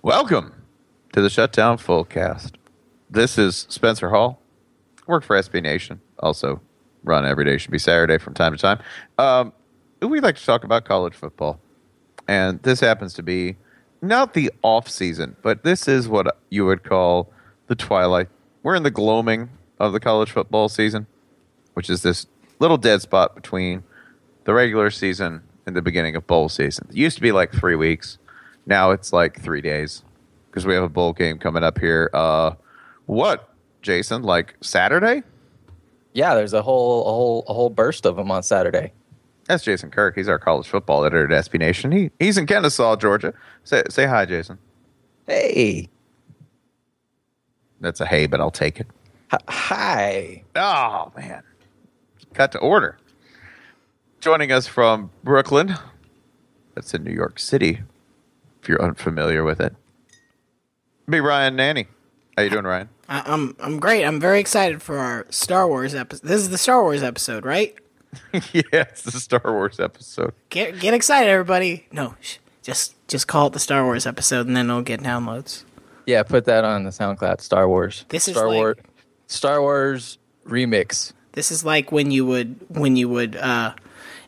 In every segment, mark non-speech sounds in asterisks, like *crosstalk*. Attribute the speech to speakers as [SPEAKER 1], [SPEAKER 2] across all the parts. [SPEAKER 1] Welcome to the Shutdown Full Cast. This is Spencer Hall. I work for SB Nation. Also run every day should be Saturday from time to time. Um, we like to talk about college football, and this happens to be not the off season, but this is what you would call the twilight. We're in the gloaming of the college football season, which is this little dead spot between the regular season and the beginning of bowl season. It used to be like three weeks. Now it's like three days because we have a bowl game coming up here. Uh, what, Jason? Like Saturday?
[SPEAKER 2] Yeah, there's a whole a whole a whole burst of them on Saturday.
[SPEAKER 1] That's Jason Kirk. He's our college football editor at SB Nation. He he's in Kennesaw, Georgia. Say say hi, Jason.
[SPEAKER 2] Hey,
[SPEAKER 1] That's a hey, but I'll take it.
[SPEAKER 2] h- hi.
[SPEAKER 1] Oh man, cut to order. Joining us from Brooklyn, that's in New York City. If you're unfamiliar with it, be Ryan Nanny. How you doing, Ryan?
[SPEAKER 3] I, I'm I'm great. I'm very excited for our Star Wars episode. This is the Star Wars
[SPEAKER 2] *laughs*
[SPEAKER 3] episode, right?
[SPEAKER 1] yeah, it's the Star Wars episode.
[SPEAKER 3] Get get excited, everybody. No, sh- just just call it the Star Wars episode, and then it'll get downloads.
[SPEAKER 2] Yeah, put that on the SoundCloud. Star Wars.
[SPEAKER 3] This is
[SPEAKER 2] Star
[SPEAKER 3] like-
[SPEAKER 2] Wars. Star Wars remix.
[SPEAKER 3] This is like when you would when you would uh,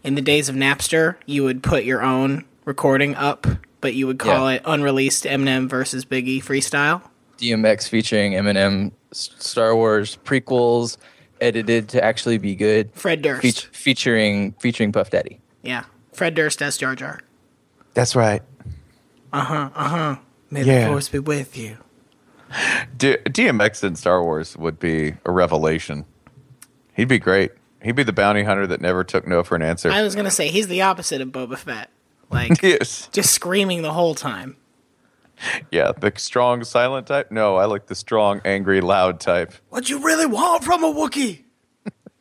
[SPEAKER 3] in the days of Napster, you would put your own recording up, but you would call
[SPEAKER 2] Yeah.
[SPEAKER 3] it unreleased Eminem versus Biggie freestyle.
[SPEAKER 2] DMX featuring Eminem. S- Star Wars prequels edited to actually be good.
[SPEAKER 3] Fred Durst.
[SPEAKER 2] Feat- featuring featuring Puff Daddy.
[SPEAKER 3] Yeah, Fred Durst as Jar Jar.
[SPEAKER 1] That's right.
[SPEAKER 3] May
[SPEAKER 1] Yeah.
[SPEAKER 3] the force be with you.
[SPEAKER 1] D- DMX in Star Wars would be a revelation. He'd be great. He'd be the bounty hunter that never took no for an answer.
[SPEAKER 3] I was gonna say he's the opposite of Boba Fett, like
[SPEAKER 1] *laughs* yes.
[SPEAKER 3] just screaming the whole time.
[SPEAKER 1] Yeah, the strong silent type? No, I like the strong, angry, loud type.
[SPEAKER 3] What you really want from a Wookiee?
[SPEAKER 1] *laughs*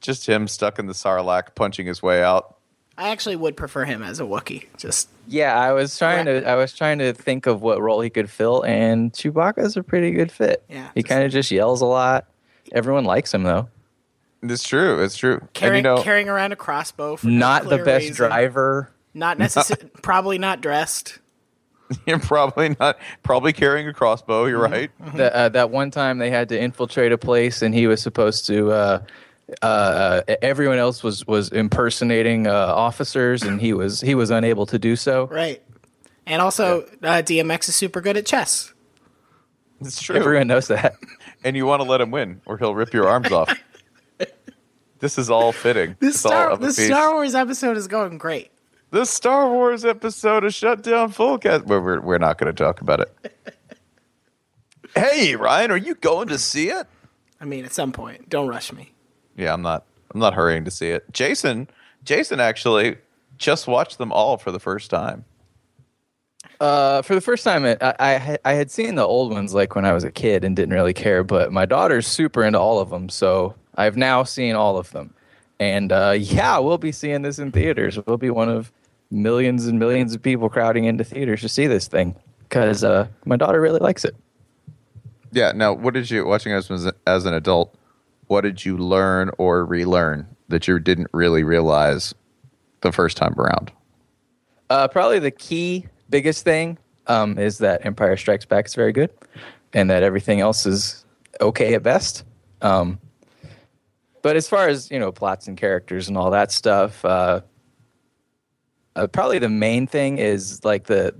[SPEAKER 1] Just him stuck in the sarlacc, punching his way out.
[SPEAKER 3] I actually would prefer him as a Wookiee. Just
[SPEAKER 2] Yeah, I was trying to I was trying to think of what role he could fill, and Chewbacca's a pretty good fit.
[SPEAKER 3] Yeah.
[SPEAKER 2] he kind of just yells a lot. Everyone likes him though.
[SPEAKER 1] It's true. It's true.
[SPEAKER 3] carrying
[SPEAKER 1] and you know,
[SPEAKER 3] carrying around a crossbow for no
[SPEAKER 2] Not the
[SPEAKER 3] clear
[SPEAKER 2] best
[SPEAKER 3] reason.
[SPEAKER 2] driver. *laughs*
[SPEAKER 3] Not necessarily. probably not dressed.
[SPEAKER 1] *laughs* you're probably not probably carrying a crossbow. You're right.
[SPEAKER 3] Mm-hmm.
[SPEAKER 1] *laughs*
[SPEAKER 2] That uh, that one time they had to infiltrate a place, and he was supposed to. Uh, uh, uh, everyone else was was impersonating uh, officers, and he was he was unable to do so.
[SPEAKER 3] Right. And also, uh, DMX is super good at chess.
[SPEAKER 1] It's true.
[SPEAKER 2] Everyone knows that. *laughs*
[SPEAKER 1] and you want to let him win, or he'll rip your arms off. This is all fitting.
[SPEAKER 3] This
[SPEAKER 1] It's all
[SPEAKER 3] Star,
[SPEAKER 1] of a
[SPEAKER 3] this
[SPEAKER 1] piece.
[SPEAKER 3] Star Wars episode is going great.
[SPEAKER 1] the Star Wars episode of Shutdown Fullcast. But we're, we're not going to talk about it. hey, Ryan, are you going to see it?
[SPEAKER 3] I mean, at some point, don't rush me.
[SPEAKER 1] Yeah, I'm not. I'm not hurrying to see it. Jason, Jason actually just watched them all for the first time.
[SPEAKER 2] Uh, for the first time, I, I I had seen the old ones like when I was a kid and didn't really care, but my daughter's super into all of them, so I've now seen all of them, and uh, *laughs* yeah, we'll be seeing this in theaters. We'll be one of millions and millions of people crowding into theaters to see this thing because uh, my daughter really likes it.
[SPEAKER 1] Yeah. Now, what did you watching as as an adult? What did you learn or relearn that you didn't really realize the first time around?
[SPEAKER 2] Uh, probably the key biggest thing um, is that Empire Strikes Back is very good, and that everything else is okay at best. Um, but as far as you know, plots and characters and all that stuff, uh, uh, probably the main thing is like the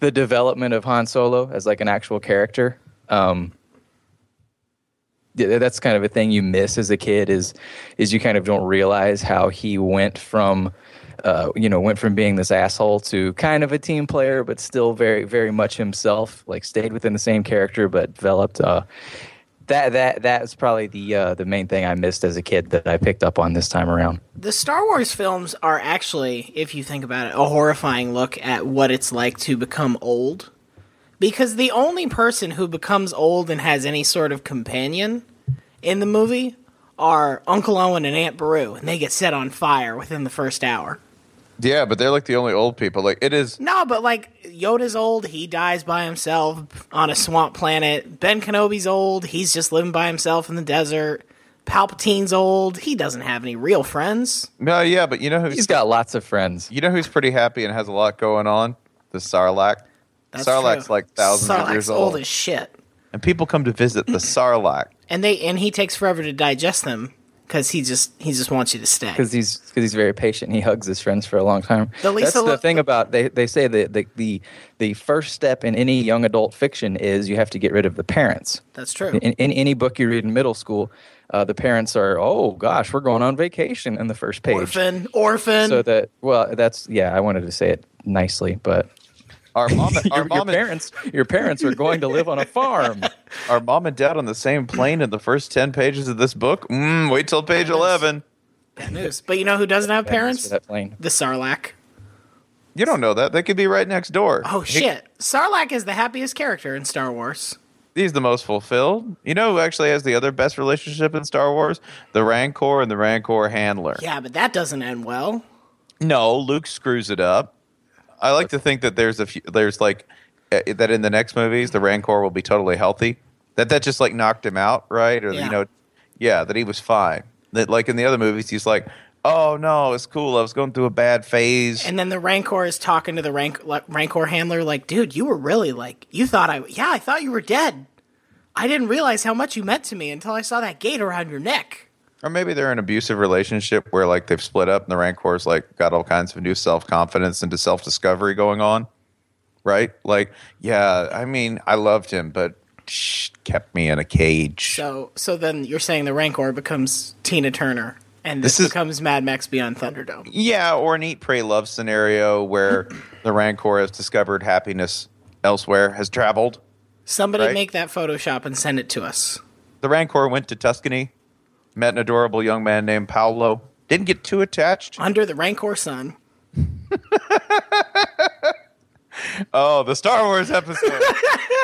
[SPEAKER 2] the development of Han Solo as like an actual character. Um, yeah, that's kind of a thing you miss as a kid is is you kind of don't realize how he went from uh, you know went from being this asshole to kind of a team player but still very very much himself like stayed within the same character but developed uh, that that that is probably the uh, the main thing I missed as a kid that I picked up on this time around.
[SPEAKER 3] The Star Wars films are actually, if you think about it, a horrifying look at what it's like to become old. Because the only person who becomes old and has any sort of companion in the movie are Uncle Owen and Aunt Beru, and they get set on fire within the first hour.
[SPEAKER 1] Yeah, but they're like the only old people. Like it is.
[SPEAKER 3] No, but like Yoda's old, he dies by himself on a swamp planet. Ben Kenobi's old, he's just living by himself in the desert. Palpatine's old, he doesn't have any real friends.
[SPEAKER 1] No, yeah, but you know who's
[SPEAKER 2] He's got lots of friends.
[SPEAKER 1] you know who's pretty happy and has a lot going on? The Sarlacc. Sarlacc's
[SPEAKER 3] true.
[SPEAKER 1] like thousands of
[SPEAKER 3] Sarlacc's
[SPEAKER 1] years old,
[SPEAKER 3] old as shit.
[SPEAKER 1] and people come to visit the Sarlacc.
[SPEAKER 3] And they and he takes forever to digest them because he just he just wants you to stay.
[SPEAKER 2] because he's because he's very patient. and He hugs his friends for a long time.
[SPEAKER 3] The Lisa
[SPEAKER 2] That's the
[SPEAKER 3] Lo-
[SPEAKER 2] thing about they they say that the, the the first step in any young adult fiction is you have to get rid of the parents.
[SPEAKER 3] That's true.
[SPEAKER 2] In, in any book you read in middle school, uh, the parents are oh gosh we're going on vacation in the first page.
[SPEAKER 3] Orphan, orphan.
[SPEAKER 2] So that well that's yeah I wanted to say it nicely
[SPEAKER 3] *laughs*
[SPEAKER 2] but
[SPEAKER 1] *laughs* Our mom, our
[SPEAKER 2] your, your
[SPEAKER 1] mom, and,
[SPEAKER 2] parents your parents are going to live on a farm.
[SPEAKER 1] our mom and dad on the same plane in the first ten pages of this book. Mm, wait till page eleven.
[SPEAKER 3] Bad news. But you know who doesn't have *laughs* parents?
[SPEAKER 2] that plane.
[SPEAKER 3] The Sarlacc.
[SPEAKER 1] You don't know that they could be right next door.
[SPEAKER 3] Oh
[SPEAKER 1] He-
[SPEAKER 3] shit! Sarlacc is the happiest character in Star Wars.
[SPEAKER 1] he's the most fulfilled. You know who actually has the other best relationship in Star Wars? The Rancor and the Rancor handler.
[SPEAKER 3] Yeah, but that doesn't end well.
[SPEAKER 1] No, Luke screws it up. I like to think that there's a few, there's like eh, that in the next movies the Rancor will be totally healthy. That that just like knocked him out, right? Or
[SPEAKER 3] Yeah.
[SPEAKER 1] you know, yeah, that he was fine. That like in the other movies he's like, oh no, it's cool. I was going through a bad phase.
[SPEAKER 3] And then the Rancor is talking to the rank, like, Rancor handler, like, dude, you were really like, you thought I, yeah, I thought you were dead. I didn't realize how much you meant to me until I saw that gate around your neck.
[SPEAKER 1] or maybe they're in an abusive relationship where like they've split up and the Rancor's like got all kinds of new self confidence into self discovery going on, right? Like, yeah, I mean, I loved him, but shh, kept me in a cage.
[SPEAKER 3] So, so then you're saying the Rancor becomes Tina Turner, and this,
[SPEAKER 1] This is-
[SPEAKER 3] becomes Mad Max Beyond Thunderdome.
[SPEAKER 1] Yeah, or an eat, pray, love scenario *clears throat* where the Rancor has discovered happiness elsewhere, has traveled.
[SPEAKER 3] Somebody
[SPEAKER 1] Right.
[SPEAKER 3] make that Photoshop and send it to us.
[SPEAKER 1] The Rancor went to Tuscany, met an adorable young man named Paolo, didn't get too attached.
[SPEAKER 3] Under the Rancor sun.
[SPEAKER 1] Oh, the Star Wars *laughs* episode.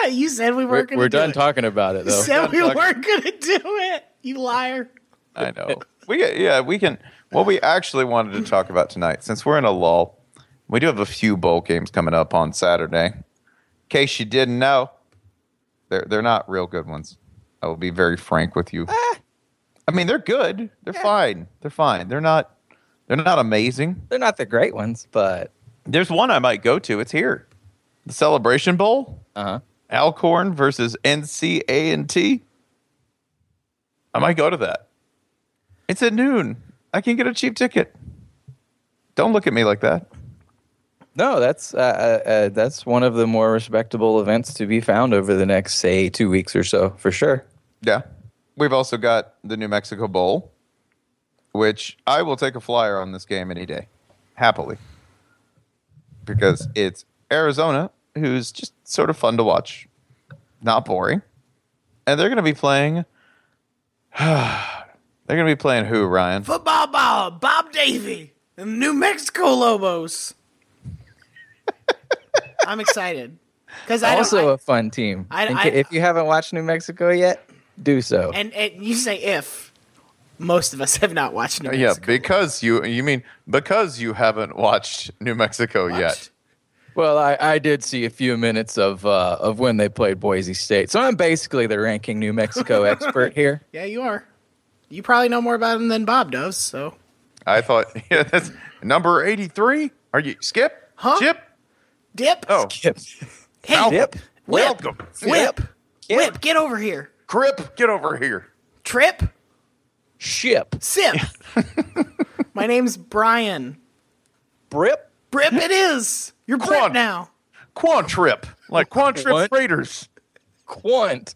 [SPEAKER 3] Yeah, you said we
[SPEAKER 2] We're,
[SPEAKER 3] weren't.
[SPEAKER 2] we're
[SPEAKER 3] gonna do
[SPEAKER 2] done
[SPEAKER 3] it.
[SPEAKER 2] talking about it
[SPEAKER 3] You
[SPEAKER 2] though.
[SPEAKER 3] said we
[SPEAKER 1] talking.
[SPEAKER 3] weren't gonna do it. You liar.
[SPEAKER 1] I know. We yeah, we can what we actually wanted to talk about tonight since we're in a lull. We do have a few bowl games coming up on Saturday. In case you didn't know, they're they're not real good ones. I will be very frank with you. I mean, they're good. They're fine. They're fine. They're not they're not amazing.
[SPEAKER 2] They're not the great ones, but
[SPEAKER 1] There's one I might go to. It's here. The Celebration Bowl.
[SPEAKER 2] uh-huh.
[SPEAKER 1] Alcorn versus NCA and T. I might go to that. It's at noon. I can get a cheap ticket. Don't look at me like that.
[SPEAKER 2] No, that's uh, uh, uh, that's one of the more respectable events to be found over the next, say, two weeks or so, for sure.
[SPEAKER 1] Yeah. We've also got the New Mexico Bowl, which I will take a flyer on this game any day, happily. because it's Arizona, who's just sort of fun to watch, not boring, and they're going to be playing. *sighs* they're going to be playing who Ryan?
[SPEAKER 3] Football ball, Bob Davy, and the New Mexico Lobos. I'm excited because I
[SPEAKER 2] also uh,
[SPEAKER 3] don't,
[SPEAKER 2] a fun team.
[SPEAKER 3] I-
[SPEAKER 2] In
[SPEAKER 3] I-
[SPEAKER 2] ca- if you haven't watched New Mexico yet, do so.
[SPEAKER 3] I, and, and you say if most of us have not watched New
[SPEAKER 1] Yeah,
[SPEAKER 3] Mexico.
[SPEAKER 1] because you you mean because you haven't watched New Mexico yet.
[SPEAKER 2] Well, I, I did see a few minutes of uh, of when they played Boise State, so I'm basically the ranking New
[SPEAKER 3] *laughs*
[SPEAKER 2] Mexico expert here.
[SPEAKER 3] yeah, you are. You probably know more about him than Bob does. So
[SPEAKER 1] I thought *laughs* yeah, that's number eighty three. Are you Skip?
[SPEAKER 3] Huh?
[SPEAKER 1] Chip?
[SPEAKER 3] dip,
[SPEAKER 1] Oh,
[SPEAKER 2] Yep.
[SPEAKER 3] hey,
[SPEAKER 2] Yep.
[SPEAKER 3] whip,
[SPEAKER 1] welcome.
[SPEAKER 3] whip,
[SPEAKER 2] Yep.
[SPEAKER 3] whip, get over here,
[SPEAKER 1] Crip, get over here.
[SPEAKER 3] trip,
[SPEAKER 2] Ship.
[SPEAKER 3] sip.
[SPEAKER 2] *laughs*
[SPEAKER 3] My name's Brian.
[SPEAKER 2] Brip.
[SPEAKER 3] Brip, it is. You're Brip
[SPEAKER 1] on.
[SPEAKER 3] now.
[SPEAKER 1] Quantrip, like Quantrip
[SPEAKER 2] What?
[SPEAKER 1] Raiders.
[SPEAKER 2] Quant.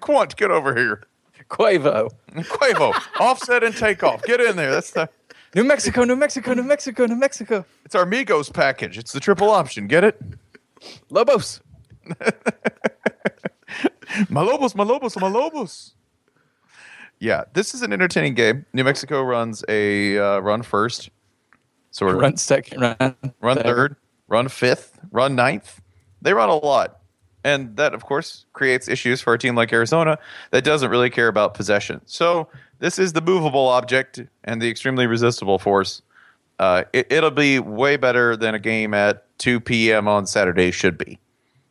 [SPEAKER 1] Quant, get over here.
[SPEAKER 2] Quavo.
[SPEAKER 1] Quavo, offset and takeoff. Get in there. That's the
[SPEAKER 2] New Mexico, New Mexico, New Mexico, New Mexico.
[SPEAKER 1] it's our Migos package. It's the triple option. Get it?
[SPEAKER 2] Lobos.
[SPEAKER 1] Malobos, Malobos, Malobos. Yeah, this is an entertaining game. New Mexico runs a uh, run first, sort of
[SPEAKER 2] Run second, run.
[SPEAKER 1] run third, run fifth, run ninth. They run a lot. And that, of course, creates issues for a team like Arizona that doesn't really care about possession. So this is the movable object and the extremely resistible force. Uh, it, it'll be way better than a game at 2 p.m. on Saturday should be,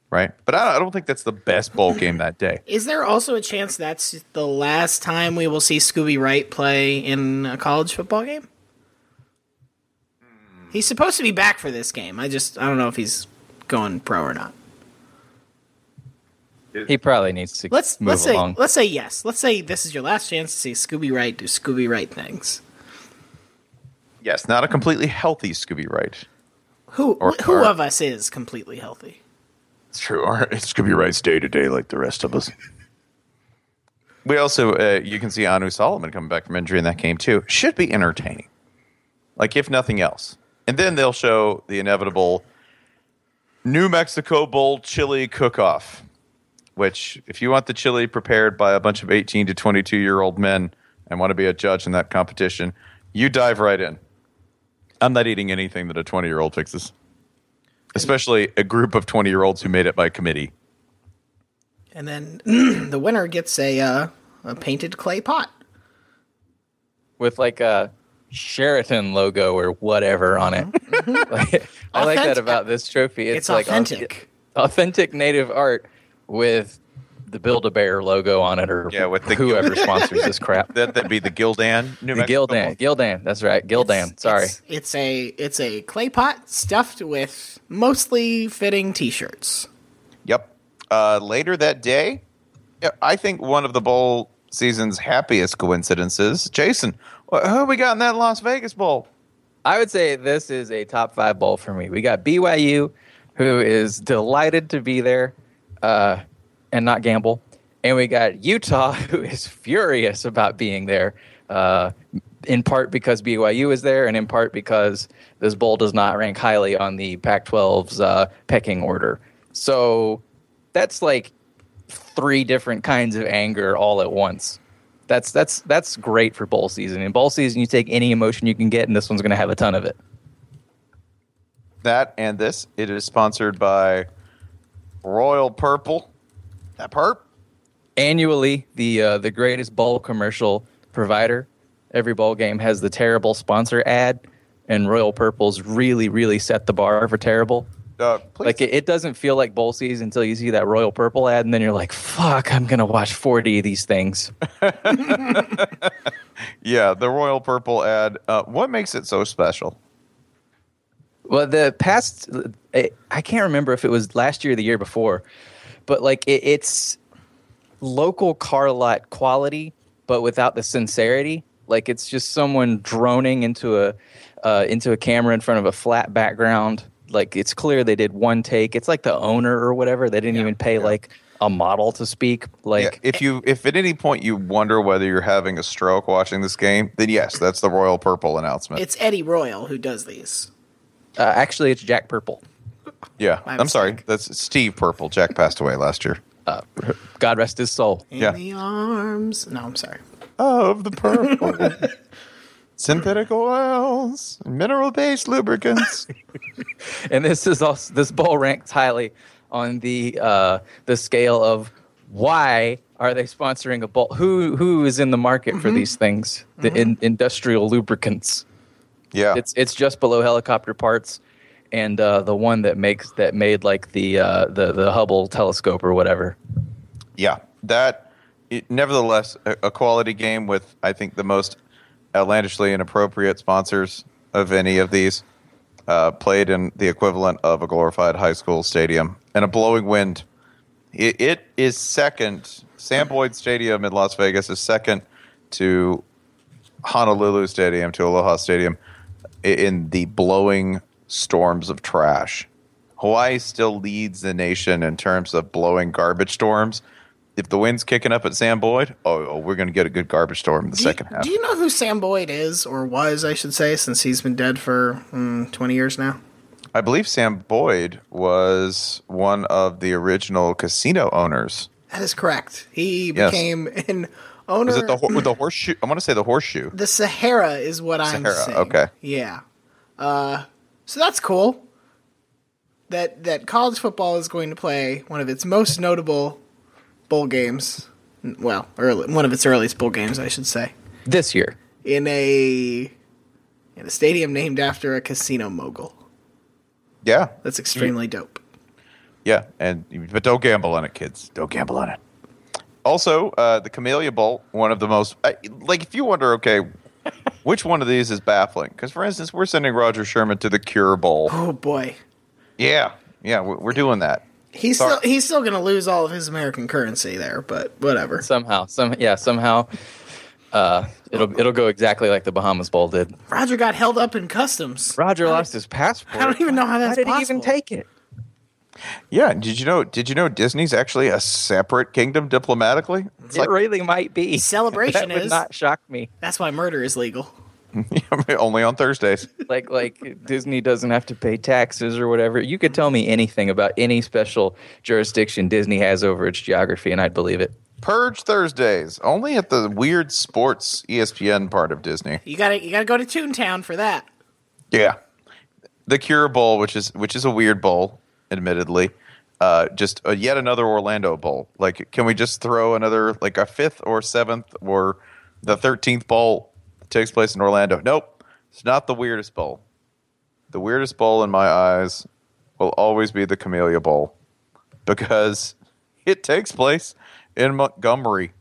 [SPEAKER 1] right? But I, I don't think that's the best bowl game that day.
[SPEAKER 3] Is there also a chance that's the last time we will see Scooby Wright play in a college football game? He's supposed to be back for this game. I just I don't know if he's going pro or not.
[SPEAKER 2] He probably needs to
[SPEAKER 3] Let's
[SPEAKER 2] move
[SPEAKER 3] let's say
[SPEAKER 2] along.
[SPEAKER 3] let's say yes. Let's say this is your last chance to see Scooby Wright do Scooby Wright things.
[SPEAKER 1] Yes, not a completely healthy Scooby Wright.
[SPEAKER 3] Who
[SPEAKER 1] Or-
[SPEAKER 3] who
[SPEAKER 1] or-
[SPEAKER 3] of us is completely healthy?
[SPEAKER 1] It's true. Our, it's Scooby Wright's day to day like the rest of us. We also, uh, you can see Anu Solomon coming back from injury in that game too. Should be entertaining, like if nothing else. And then they'll show the inevitable New Mexico Bowl chili cook-off, which, if you want the chili prepared by a bunch of eighteen to twenty-two year old men and want to be a judge in that competition, you dive right in. I'm not eating anything that a twenty year old fixes especially a group of 20 year olds who made it by committee.
[SPEAKER 3] And then *clears throat* the winner gets a uh, a painted clay pot.
[SPEAKER 2] with like a Sheraton logo or whatever on it. *laughs* Like, I like that
[SPEAKER 3] Mm-hmm. Authentic-
[SPEAKER 2] about this trophy. It's,
[SPEAKER 3] It's,
[SPEAKER 2] like au-
[SPEAKER 3] authentic.
[SPEAKER 2] authentic native art with the Build a Bear logo on it, or
[SPEAKER 1] Yeah, with the- *laughs*
[SPEAKER 2] whoever sponsors this crap.
[SPEAKER 1] That that'd be the Gildan, New
[SPEAKER 2] The Gildan, Gildan, that's right, Gildan. sorry,
[SPEAKER 3] It's, it's a it's a clay pot stuffed with mostly fitting t-shirts.
[SPEAKER 1] Yep. Uh, later that day, yeah, I think one of the bowl season's happiest coincidences. Jason, wh- who we got in that Las Vegas bowl?
[SPEAKER 2] I would say this is a top five bowl for me. We got BYU, who is delighted to be there uh, and not gamble. And we got Utah, *laughs* who is furious about being there, uh, in part because BYU is there and in part because this bowl does not rank highly on the Pac 12's uh, pecking order. So that's like three different kinds of anger all at once. That's that's that's great for bowl season. In bowl season, you take any emotion you can get, and this one's going to have a ton of it.
[SPEAKER 1] That and this. It is sponsored by Royal Purple. That perp.
[SPEAKER 2] Annually, the uh, the greatest bowl commercial provider. Every bowl game has the terrible sponsor ad, and Royal Purple's really really set the bar for terrible.
[SPEAKER 1] Uh, please.
[SPEAKER 2] Like it, it doesn't feel like bowl season until you see that Royal Purple ad, and then you're like, "Fuck, I'm gonna watch 40 of these things."
[SPEAKER 1] yeah, the Royal Purple ad. Uh, what makes it so special?
[SPEAKER 2] Well, the past, I I can't remember if it was last year or the year before, but like it, it's local car lot quality, but without the sincerity. Like it's just someone droning into a uh, into a camera in front of a flat background. Like it's clear they did one take. It's like the owner or whatever. They didn't even pay like a model to speak.
[SPEAKER 1] Yeah,
[SPEAKER 2] Like
[SPEAKER 1] if you if at any point you wonder whether you're having a stroke watching this game, then yes, that's the Royal Purple announcement.
[SPEAKER 3] It's Eddie Royal who does these.
[SPEAKER 2] Uh, actually, it's Jack Purple.
[SPEAKER 1] Yeah,
[SPEAKER 3] My
[SPEAKER 1] I'm sorry.
[SPEAKER 3] mistake.
[SPEAKER 1] That's Steve Purple. Jack passed away last year.
[SPEAKER 2] God rest his soul.
[SPEAKER 3] In
[SPEAKER 1] Yeah.
[SPEAKER 3] the arms. No, I'm sorry.
[SPEAKER 1] Of the purple, synthetic oils, mineral-based lubricants.
[SPEAKER 2] And this is also this bowl ranks highly on the uh, the scale of why are they sponsoring a bowl? Who who is in the market
[SPEAKER 3] Mm-hmm.
[SPEAKER 2] for these things? The in, industrial lubricants.
[SPEAKER 1] yeah,
[SPEAKER 2] It's it's just below helicopter parts, and uh, the one that makes that made like the uh, the the Hubble telescope or whatever.
[SPEAKER 1] yeah. That, it, nevertheless, a, a quality game with I think the most outlandishly inappropriate sponsors of any of these. Uh, played in the equivalent of a glorified high school stadium and a blowing wind. It, it is second. Sam Boyd Stadium in Las Vegas is second to Honolulu Stadium to Aloha Stadium i- in the blowing storms of trash. Hawaii still leads the nation in terms of blowing garbage storms. If the wind's kicking up at Sam Boyd, oh, oh, we're going to get a good garbage storm in the
[SPEAKER 3] Do you-
[SPEAKER 1] second half.
[SPEAKER 3] Do you know who Sam Boyd is, or was, I should say, since he's been dead for mm, 20 years now?
[SPEAKER 1] I believe Sam Boyd was one of the original casino owners.
[SPEAKER 3] That is correct. He
[SPEAKER 1] Yes.
[SPEAKER 3] became an owner.
[SPEAKER 1] Is it the hor- with the horseshoe? I want to say the horseshoe.
[SPEAKER 3] The Sahara is what I'm
[SPEAKER 1] Sahara,
[SPEAKER 3] saying.
[SPEAKER 1] okay.
[SPEAKER 3] Yeah. Uh, so that's cool. That that college football is going to play one of its most notable bowl games. N- Well, early, one of its earliest bowl games, I should say,
[SPEAKER 2] This year,
[SPEAKER 3] in a in a stadium named after a casino mogul.
[SPEAKER 1] Yeah,
[SPEAKER 3] That's extremely
[SPEAKER 2] Hmm.
[SPEAKER 3] dope.
[SPEAKER 1] yeah. And but don't gamble on it, kids. Don't gamble on it. Also, uh, the Camellia Bowl, one of the most I, like. If you wonder, okay, which one of these is baffling? Because for instance, we're sending Roger Sherman to the Cure Bowl.
[SPEAKER 3] Oh boy,
[SPEAKER 1] Yeah, yeah, we're, we're doing that.
[SPEAKER 3] he's
[SPEAKER 1] Sorry.
[SPEAKER 3] still he's still going to lose all of his American currency there, but whatever.
[SPEAKER 2] somehow, some yeah, somehow, uh, it'll it'll go exactly like the Bahamas Bowl did.
[SPEAKER 3] Roger got held up in customs.
[SPEAKER 2] Roger lost his passport.
[SPEAKER 3] I don't even know how
[SPEAKER 2] How
[SPEAKER 3] that's
[SPEAKER 2] did he
[SPEAKER 3] possible.
[SPEAKER 2] even take it?
[SPEAKER 1] Yeah, did you know? Did you know Disney's actually a separate kingdom diplomatically? It's
[SPEAKER 2] it really might be. *laughs*
[SPEAKER 3] Celebration
[SPEAKER 2] that would
[SPEAKER 3] is-
[SPEAKER 2] not shock me.
[SPEAKER 3] That's why murder is legal.
[SPEAKER 1] *laughs* like only on Thursdays.
[SPEAKER 2] Like like Disney doesn't have to pay taxes or whatever. You could tell me anything about any special jurisdiction Disney has over its geography, and I'd believe it.
[SPEAKER 1] Purge Thursdays, only at the weird sports E ESPN part of Disney.
[SPEAKER 3] You gotta you gotta go to Toontown for that.
[SPEAKER 1] Yeah, the Cure Bowl, which is which is a weird bowl, admittedly. Uh, just uh yet another Orlando Bowl. Like, can we just throw another like a fifth or seventh or the thirteenth bowl that takes place in Orlando? Nope, it's not the weirdest bowl. The weirdest bowl in my eyes will always be the Camellia Bowl because *laughs* it takes place in Montgomery.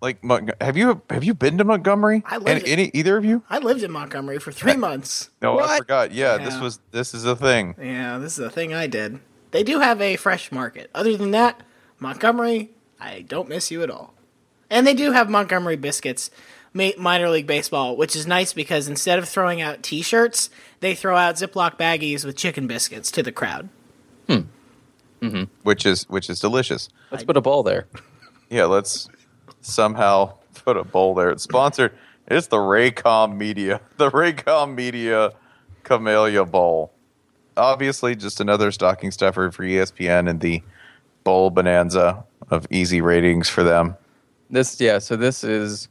[SPEAKER 1] Like, Mont- have you have you been to Montgomery?
[SPEAKER 3] I lived
[SPEAKER 1] And
[SPEAKER 3] it.
[SPEAKER 1] any either of you?
[SPEAKER 3] I lived in Montgomery for *laughs* three months.
[SPEAKER 1] No, I forgot. Yeah, this
[SPEAKER 3] Yeah.
[SPEAKER 1] was this is a thing.
[SPEAKER 3] Yeah, this is a thing I did. They do have a fresh market. Other than that, Montgomery, I don't miss you at all. And they do have Montgomery biscuits, ma- minor league baseball, which is nice because instead of throwing out T-shirts, they throw out Ziploc baggies with chicken biscuits to the crowd.
[SPEAKER 1] Which is which is delicious.
[SPEAKER 2] Let's put a ball there.
[SPEAKER 1] Yeah, let's somehow *laughs* put a bowl there. It's sponsored. It's the Raycom Media, *laughs* the Raycom Media Camellia Bowl. Obviously, just another stocking stuffer for E ESPN and the bowl bonanza of easy ratings for them.
[SPEAKER 2] This yeah. So this is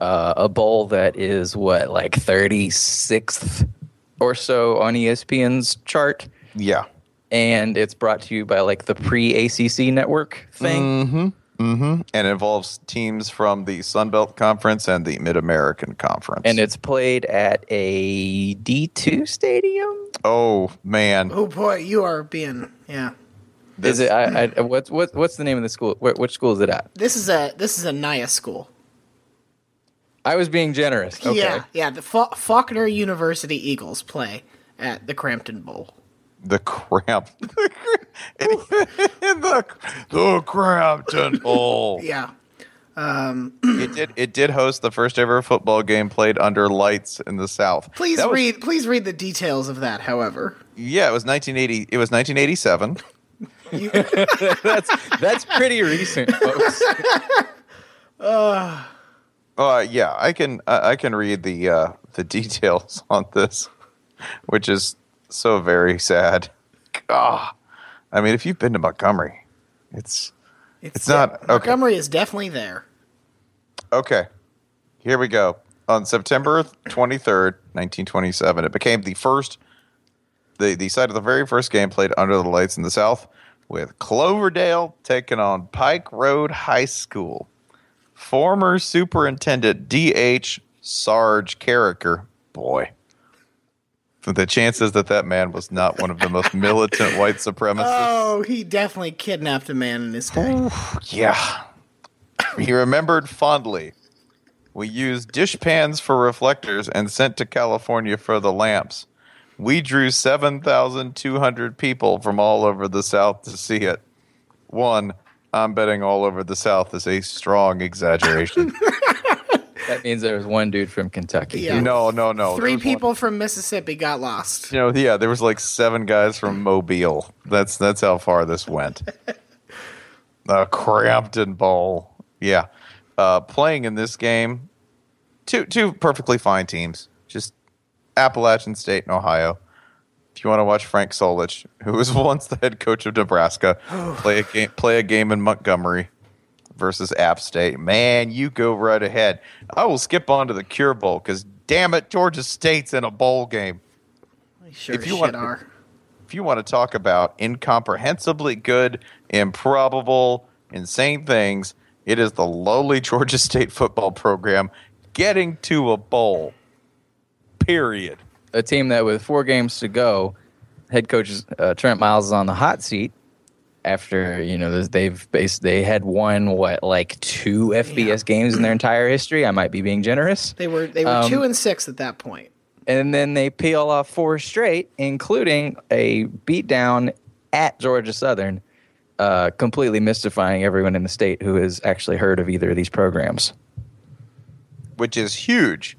[SPEAKER 2] uh, a bowl that is what like thirty sixth or so on E ESPN's chart.
[SPEAKER 1] Yeah,
[SPEAKER 2] and it's brought to you by like the pre ACC network thing.
[SPEAKER 1] and involves teams from the Sun Belt Conference and the Mid American Conference.
[SPEAKER 2] And it's played at a D2 stadium.
[SPEAKER 1] oh man,
[SPEAKER 3] Oh boy, you are being yeah.
[SPEAKER 2] Is it? I, I, what's what, what's the name of the school? Wh- which school is it at?
[SPEAKER 3] This is a this is a Naya school.
[SPEAKER 2] I was being generous. Okay.
[SPEAKER 3] Yeah, yeah. The Fa- Faulkner University Eagles play at the Crampton Bowl.
[SPEAKER 1] the cramp in *laughs* the the Crampton Bowl.
[SPEAKER 3] *laughs* Yeah.
[SPEAKER 1] It did it did host the first ever football game played under lights in the South.
[SPEAKER 3] Please
[SPEAKER 1] That was-
[SPEAKER 3] read. please read the details of that. However,
[SPEAKER 1] yeah, it was 1980. It was 1987. *laughs*
[SPEAKER 2] That's pretty
[SPEAKER 3] *laughs*
[SPEAKER 2] recent, folks.
[SPEAKER 1] *laughs* Uh, yeah, I can I I can read the uh, the details on this. which is so very sad. Ah, I mean, if you've been to Montgomery, it's it's, not okay.
[SPEAKER 3] Montgomery is definitely there.
[SPEAKER 1] Okay, here we go. On September 23rd, 1927, it became the first, the, the site of the very first game played under the lights in the South, with Cloverdale taking on Pike Road High School. Former Superintendent D.H. Sarge Carricker, boy. The chances that that man was not one of the most militant white supremacists.
[SPEAKER 3] Oh, he definitely kidnapped a man in his day.
[SPEAKER 1] Yeah. He remembered fondly. We used dish pans for reflectors and sent to California for the lamps. We drew 7,200 people from all over the South to see it. One, I'm betting all over the South is a strong exaggeration.
[SPEAKER 2] That means there was one dude from Kentucky.
[SPEAKER 3] Yeah.
[SPEAKER 1] no, no, no.
[SPEAKER 3] Three
[SPEAKER 1] There was one-
[SPEAKER 3] people from Mississippi got lost.
[SPEAKER 1] you know, yeah, there was like seven guys from Mobile. That's that's how far this went. The Crampton Bowl, yeah. Uh, playing in this game, two two perfectly fine teams, just Appalachian State and Ohio. If you want to watch Frank Solich, who was *laughs* once the head coach of Nebraska, play a game play a game in Montgomery versus App State, man, you go right ahead. I will skip on to the Cure Bowl because damn it, Georgia State's in a bowl game
[SPEAKER 3] They Sure
[SPEAKER 1] If
[SPEAKER 3] if
[SPEAKER 1] you
[SPEAKER 3] you
[SPEAKER 1] want-
[SPEAKER 3] are.
[SPEAKER 1] if you want to talk about incomprehensibly good, improbable, insane things, it is the lowly *laughs* Georgia State football program getting to a bowl. Period.
[SPEAKER 2] a team that with four games to go, head coach uh, Trent Miles is on the hot seat after you know this- they've based they had won what like two FBS games in their entire history. I might be being generous,
[SPEAKER 3] They were they were two and six at that point.
[SPEAKER 2] and then they peel off four straight, including a beatdown at Georgia Southern, uh, completely mystifying everyone in the state who has actually heard of either of these programs.
[SPEAKER 1] which is huge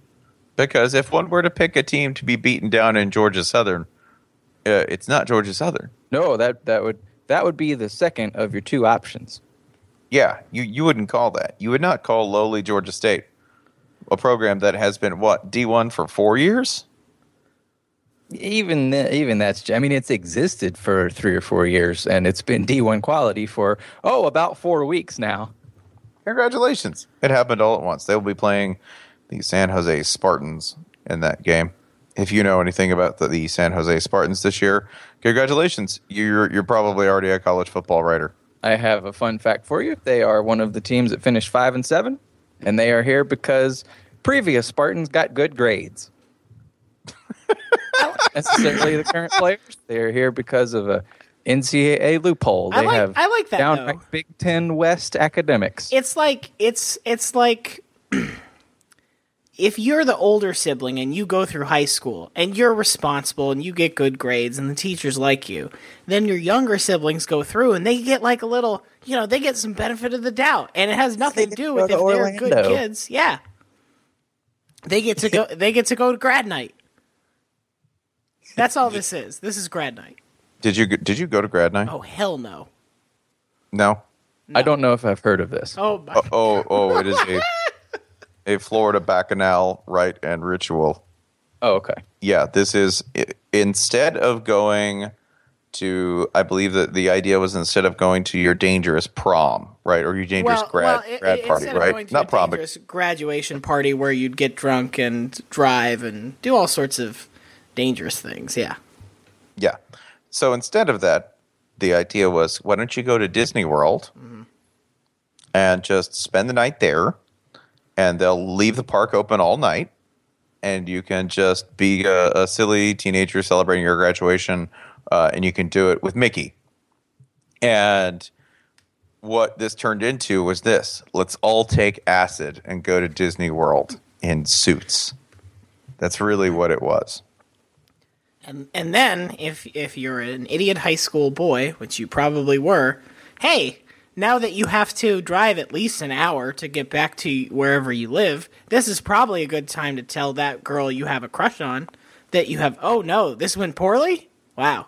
[SPEAKER 1] because if one were to pick a team to be beaten down in Georgia Southern, uh, it's not Georgia Southern.
[SPEAKER 2] No, that that would that would be the second of your two options.
[SPEAKER 1] Yeah, you, you wouldn't call that. You would not call lowly Georgia State a program that has been what D1 for 4 years?
[SPEAKER 2] even th- even that's i mean it's existed for three or four years and it's been d1 quality for oh about four weeks now
[SPEAKER 1] Congratulations. It happened all at once. They will be playing the San Jose Spartans in that game. If you know anything about the, the San Jose Spartans this year, congratulations. You're you're probably already a college football writer.
[SPEAKER 2] i have a fun fact for you they are one of the teams that finished five and seven and they are here because previous spartans got good
[SPEAKER 3] *laughs*
[SPEAKER 2] grades not necessarily the current players they are here because of a ncaa loophole they
[SPEAKER 3] I like-
[SPEAKER 2] have
[SPEAKER 3] I like that,
[SPEAKER 2] downright
[SPEAKER 3] though.
[SPEAKER 2] big ten west academics
[SPEAKER 3] It's like it's it's like *clears throat* if you're the older sibling and you go through high school and you're responsible and you get good grades and the teachers like you, then your younger siblings go through and they get like a little, you know, they get some benefit of the doubt, and it has nothing to do with
[SPEAKER 2] to
[SPEAKER 3] if they're good
[SPEAKER 2] Orlando.
[SPEAKER 3] kids. Yeah, they get
[SPEAKER 2] *laughs*
[SPEAKER 3] to go. They get to go to grad night. That's all this is. This is grad night.
[SPEAKER 1] Did you did you go to grad night?
[SPEAKER 3] Oh hell no.
[SPEAKER 1] No.
[SPEAKER 2] i don't know if i've heard of this
[SPEAKER 3] Oh my.
[SPEAKER 1] Oh oh, it is a a Florida bacchanal rite and ritual.
[SPEAKER 2] oh okay
[SPEAKER 1] yeah, this is i- instead of going to, I believe that the idea was instead of going to your dangerous prom, right, or your dangerous grad
[SPEAKER 3] it-
[SPEAKER 1] grad
[SPEAKER 3] it-
[SPEAKER 1] party,
[SPEAKER 3] instead of going
[SPEAKER 1] right?
[SPEAKER 3] to a
[SPEAKER 1] Not prom, but
[SPEAKER 3] dangerous graduation party where you'd get drunk and drive and do all sorts of dangerous things. Yeah,
[SPEAKER 1] yeah. So instead of that, the idea was, why don't you go to Disney World and just spend the night there, and they'll leave the park open all night, and you can just be a, a silly teenager celebrating your graduation, uh, and you can do it with Mickey. And what this turned into was this: let's all take acid and go to Disney World in suits. That's really what it was.
[SPEAKER 3] and and then if if you're an idiot high school boy, which you probably were, hey, now that you have to drive at least an hour to get back to wherever you live, this is probably a good time to tell that girl you have a crush on that you have. Oh no, this went poorly. Wow.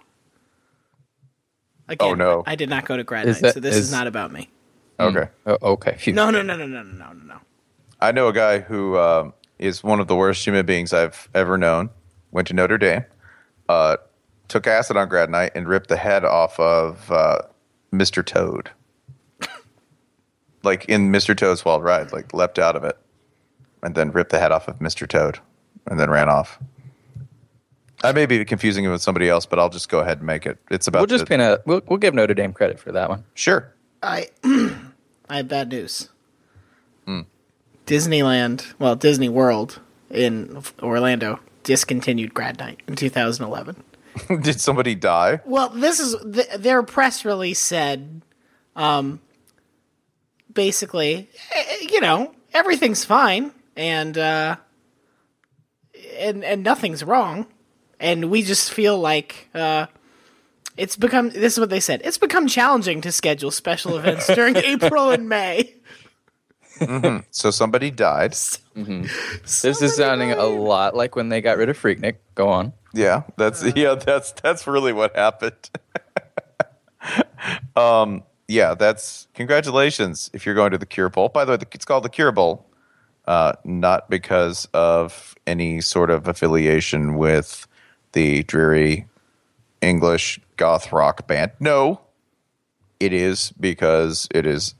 [SPEAKER 3] Again,
[SPEAKER 1] Oh, no.
[SPEAKER 3] I did not go to grad
[SPEAKER 2] Is
[SPEAKER 3] night,
[SPEAKER 2] that-
[SPEAKER 3] so this is
[SPEAKER 2] is-
[SPEAKER 3] not about me.
[SPEAKER 1] Okay.
[SPEAKER 2] oh, okay phew.
[SPEAKER 3] No, no, no, no, no, no, no, no, no.
[SPEAKER 1] I know a guy who um, is one of the worst human beings I've ever known. Went to Notre Dame, uh, took acid on grad night and ripped the head off of uh, Mr. Toad. like in Mr. Toad's Wild Ride, like leapt out of it and then ripped the head off of Mr. Toad and then ran off. I may be confusing it with somebody else, but I'll just go ahead and make it. It's about
[SPEAKER 2] We'll just
[SPEAKER 1] the-
[SPEAKER 2] pin a. We'll, we'll give Notre Dame credit for that one.
[SPEAKER 1] Sure. *laughs*
[SPEAKER 3] I *clears throat* I have bad news. Disneyland, well, Disney World in Orlando discontinued grad night in 2011.
[SPEAKER 1] Did somebody die?
[SPEAKER 3] Well, this is th- their press release said, um, basically, eh, eh, you know, everything's fine and uh, and and nothing's wrong, and we just feel like uh, it's become. This is what they said. It's become challenging to schedule special events during April and May.
[SPEAKER 1] So somebody died.
[SPEAKER 2] This is sounding a lot like when they got rid of Freaknik. Go on.
[SPEAKER 1] Yeah, that's yeah, that's that's really what happened. *laughs* um, yeah, that's congratulations if you're going to the Cure Bowl. By the way, the, it's called the Cure Bowl, uh, not because of any sort of affiliation with the dreary English goth rock band. No, it is because it is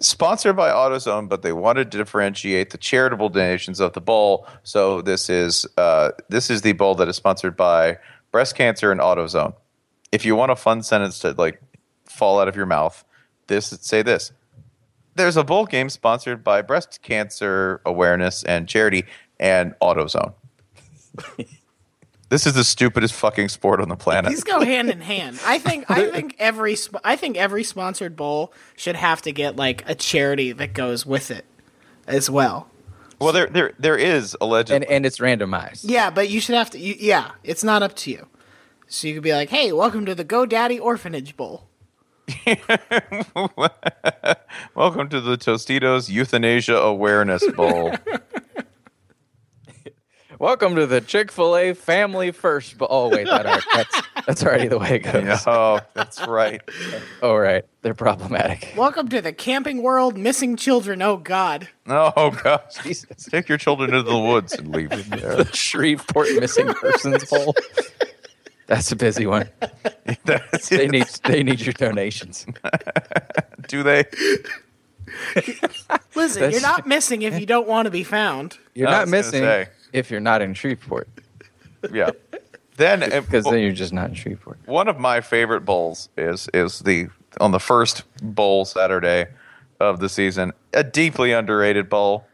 [SPEAKER 1] sponsored by AutoZone, but they wanted to differentiate the charitable donations of the bowl. So this is uh, this is the bowl that is sponsored by breast cancer and AutoZone. If you want a fun sentence to like fall out of your mouth, this say this. There's a bowl game sponsored by breast cancer awareness and charity and AutoZone. this is the stupidest fucking sport on the planet.
[SPEAKER 3] These go hand in hand. I think I think every sp- I think every sponsored bowl should have to get like a charity that goes with it as well.
[SPEAKER 1] Well, there there there is allegedly
[SPEAKER 2] And and it's randomized.
[SPEAKER 3] Yeah, but you should have to. You, yeah, it's not up to you. So you could be like, "Hey, welcome to the GoDaddy Orphanage Bowl."
[SPEAKER 1] Welcome to the Tostitos Euthanasia Awareness Bowl.
[SPEAKER 2] Welcome to the Chick Fil A Family First. But oh wait, that already, that's that's already the way it goes.
[SPEAKER 1] oh, that's right.
[SPEAKER 2] Oh right, they're problematic. *laughs*
[SPEAKER 3] Welcome to the Camping World Missing Children. Oh God,
[SPEAKER 1] Oh gosh,
[SPEAKER 2] Jesus.
[SPEAKER 1] take your children into the woods and leave them there.
[SPEAKER 2] Shreveport missing persons hole. That's a busy one.
[SPEAKER 1] That's
[SPEAKER 2] They
[SPEAKER 1] it.
[SPEAKER 2] need they need your donations.
[SPEAKER 1] *laughs* Do they?
[SPEAKER 3] listen, you're not missing if you don't want to be found.
[SPEAKER 2] You're
[SPEAKER 1] I
[SPEAKER 2] not
[SPEAKER 1] was gonna
[SPEAKER 2] missing
[SPEAKER 1] say.
[SPEAKER 2] if you're not in Shreveport
[SPEAKER 1] Yeah. Then
[SPEAKER 2] because
[SPEAKER 1] well,
[SPEAKER 2] then you're just not in Shreveport.
[SPEAKER 1] one of my favorite bowls is is the on the first bowl Saturday of the season, a deeply underrated bowl.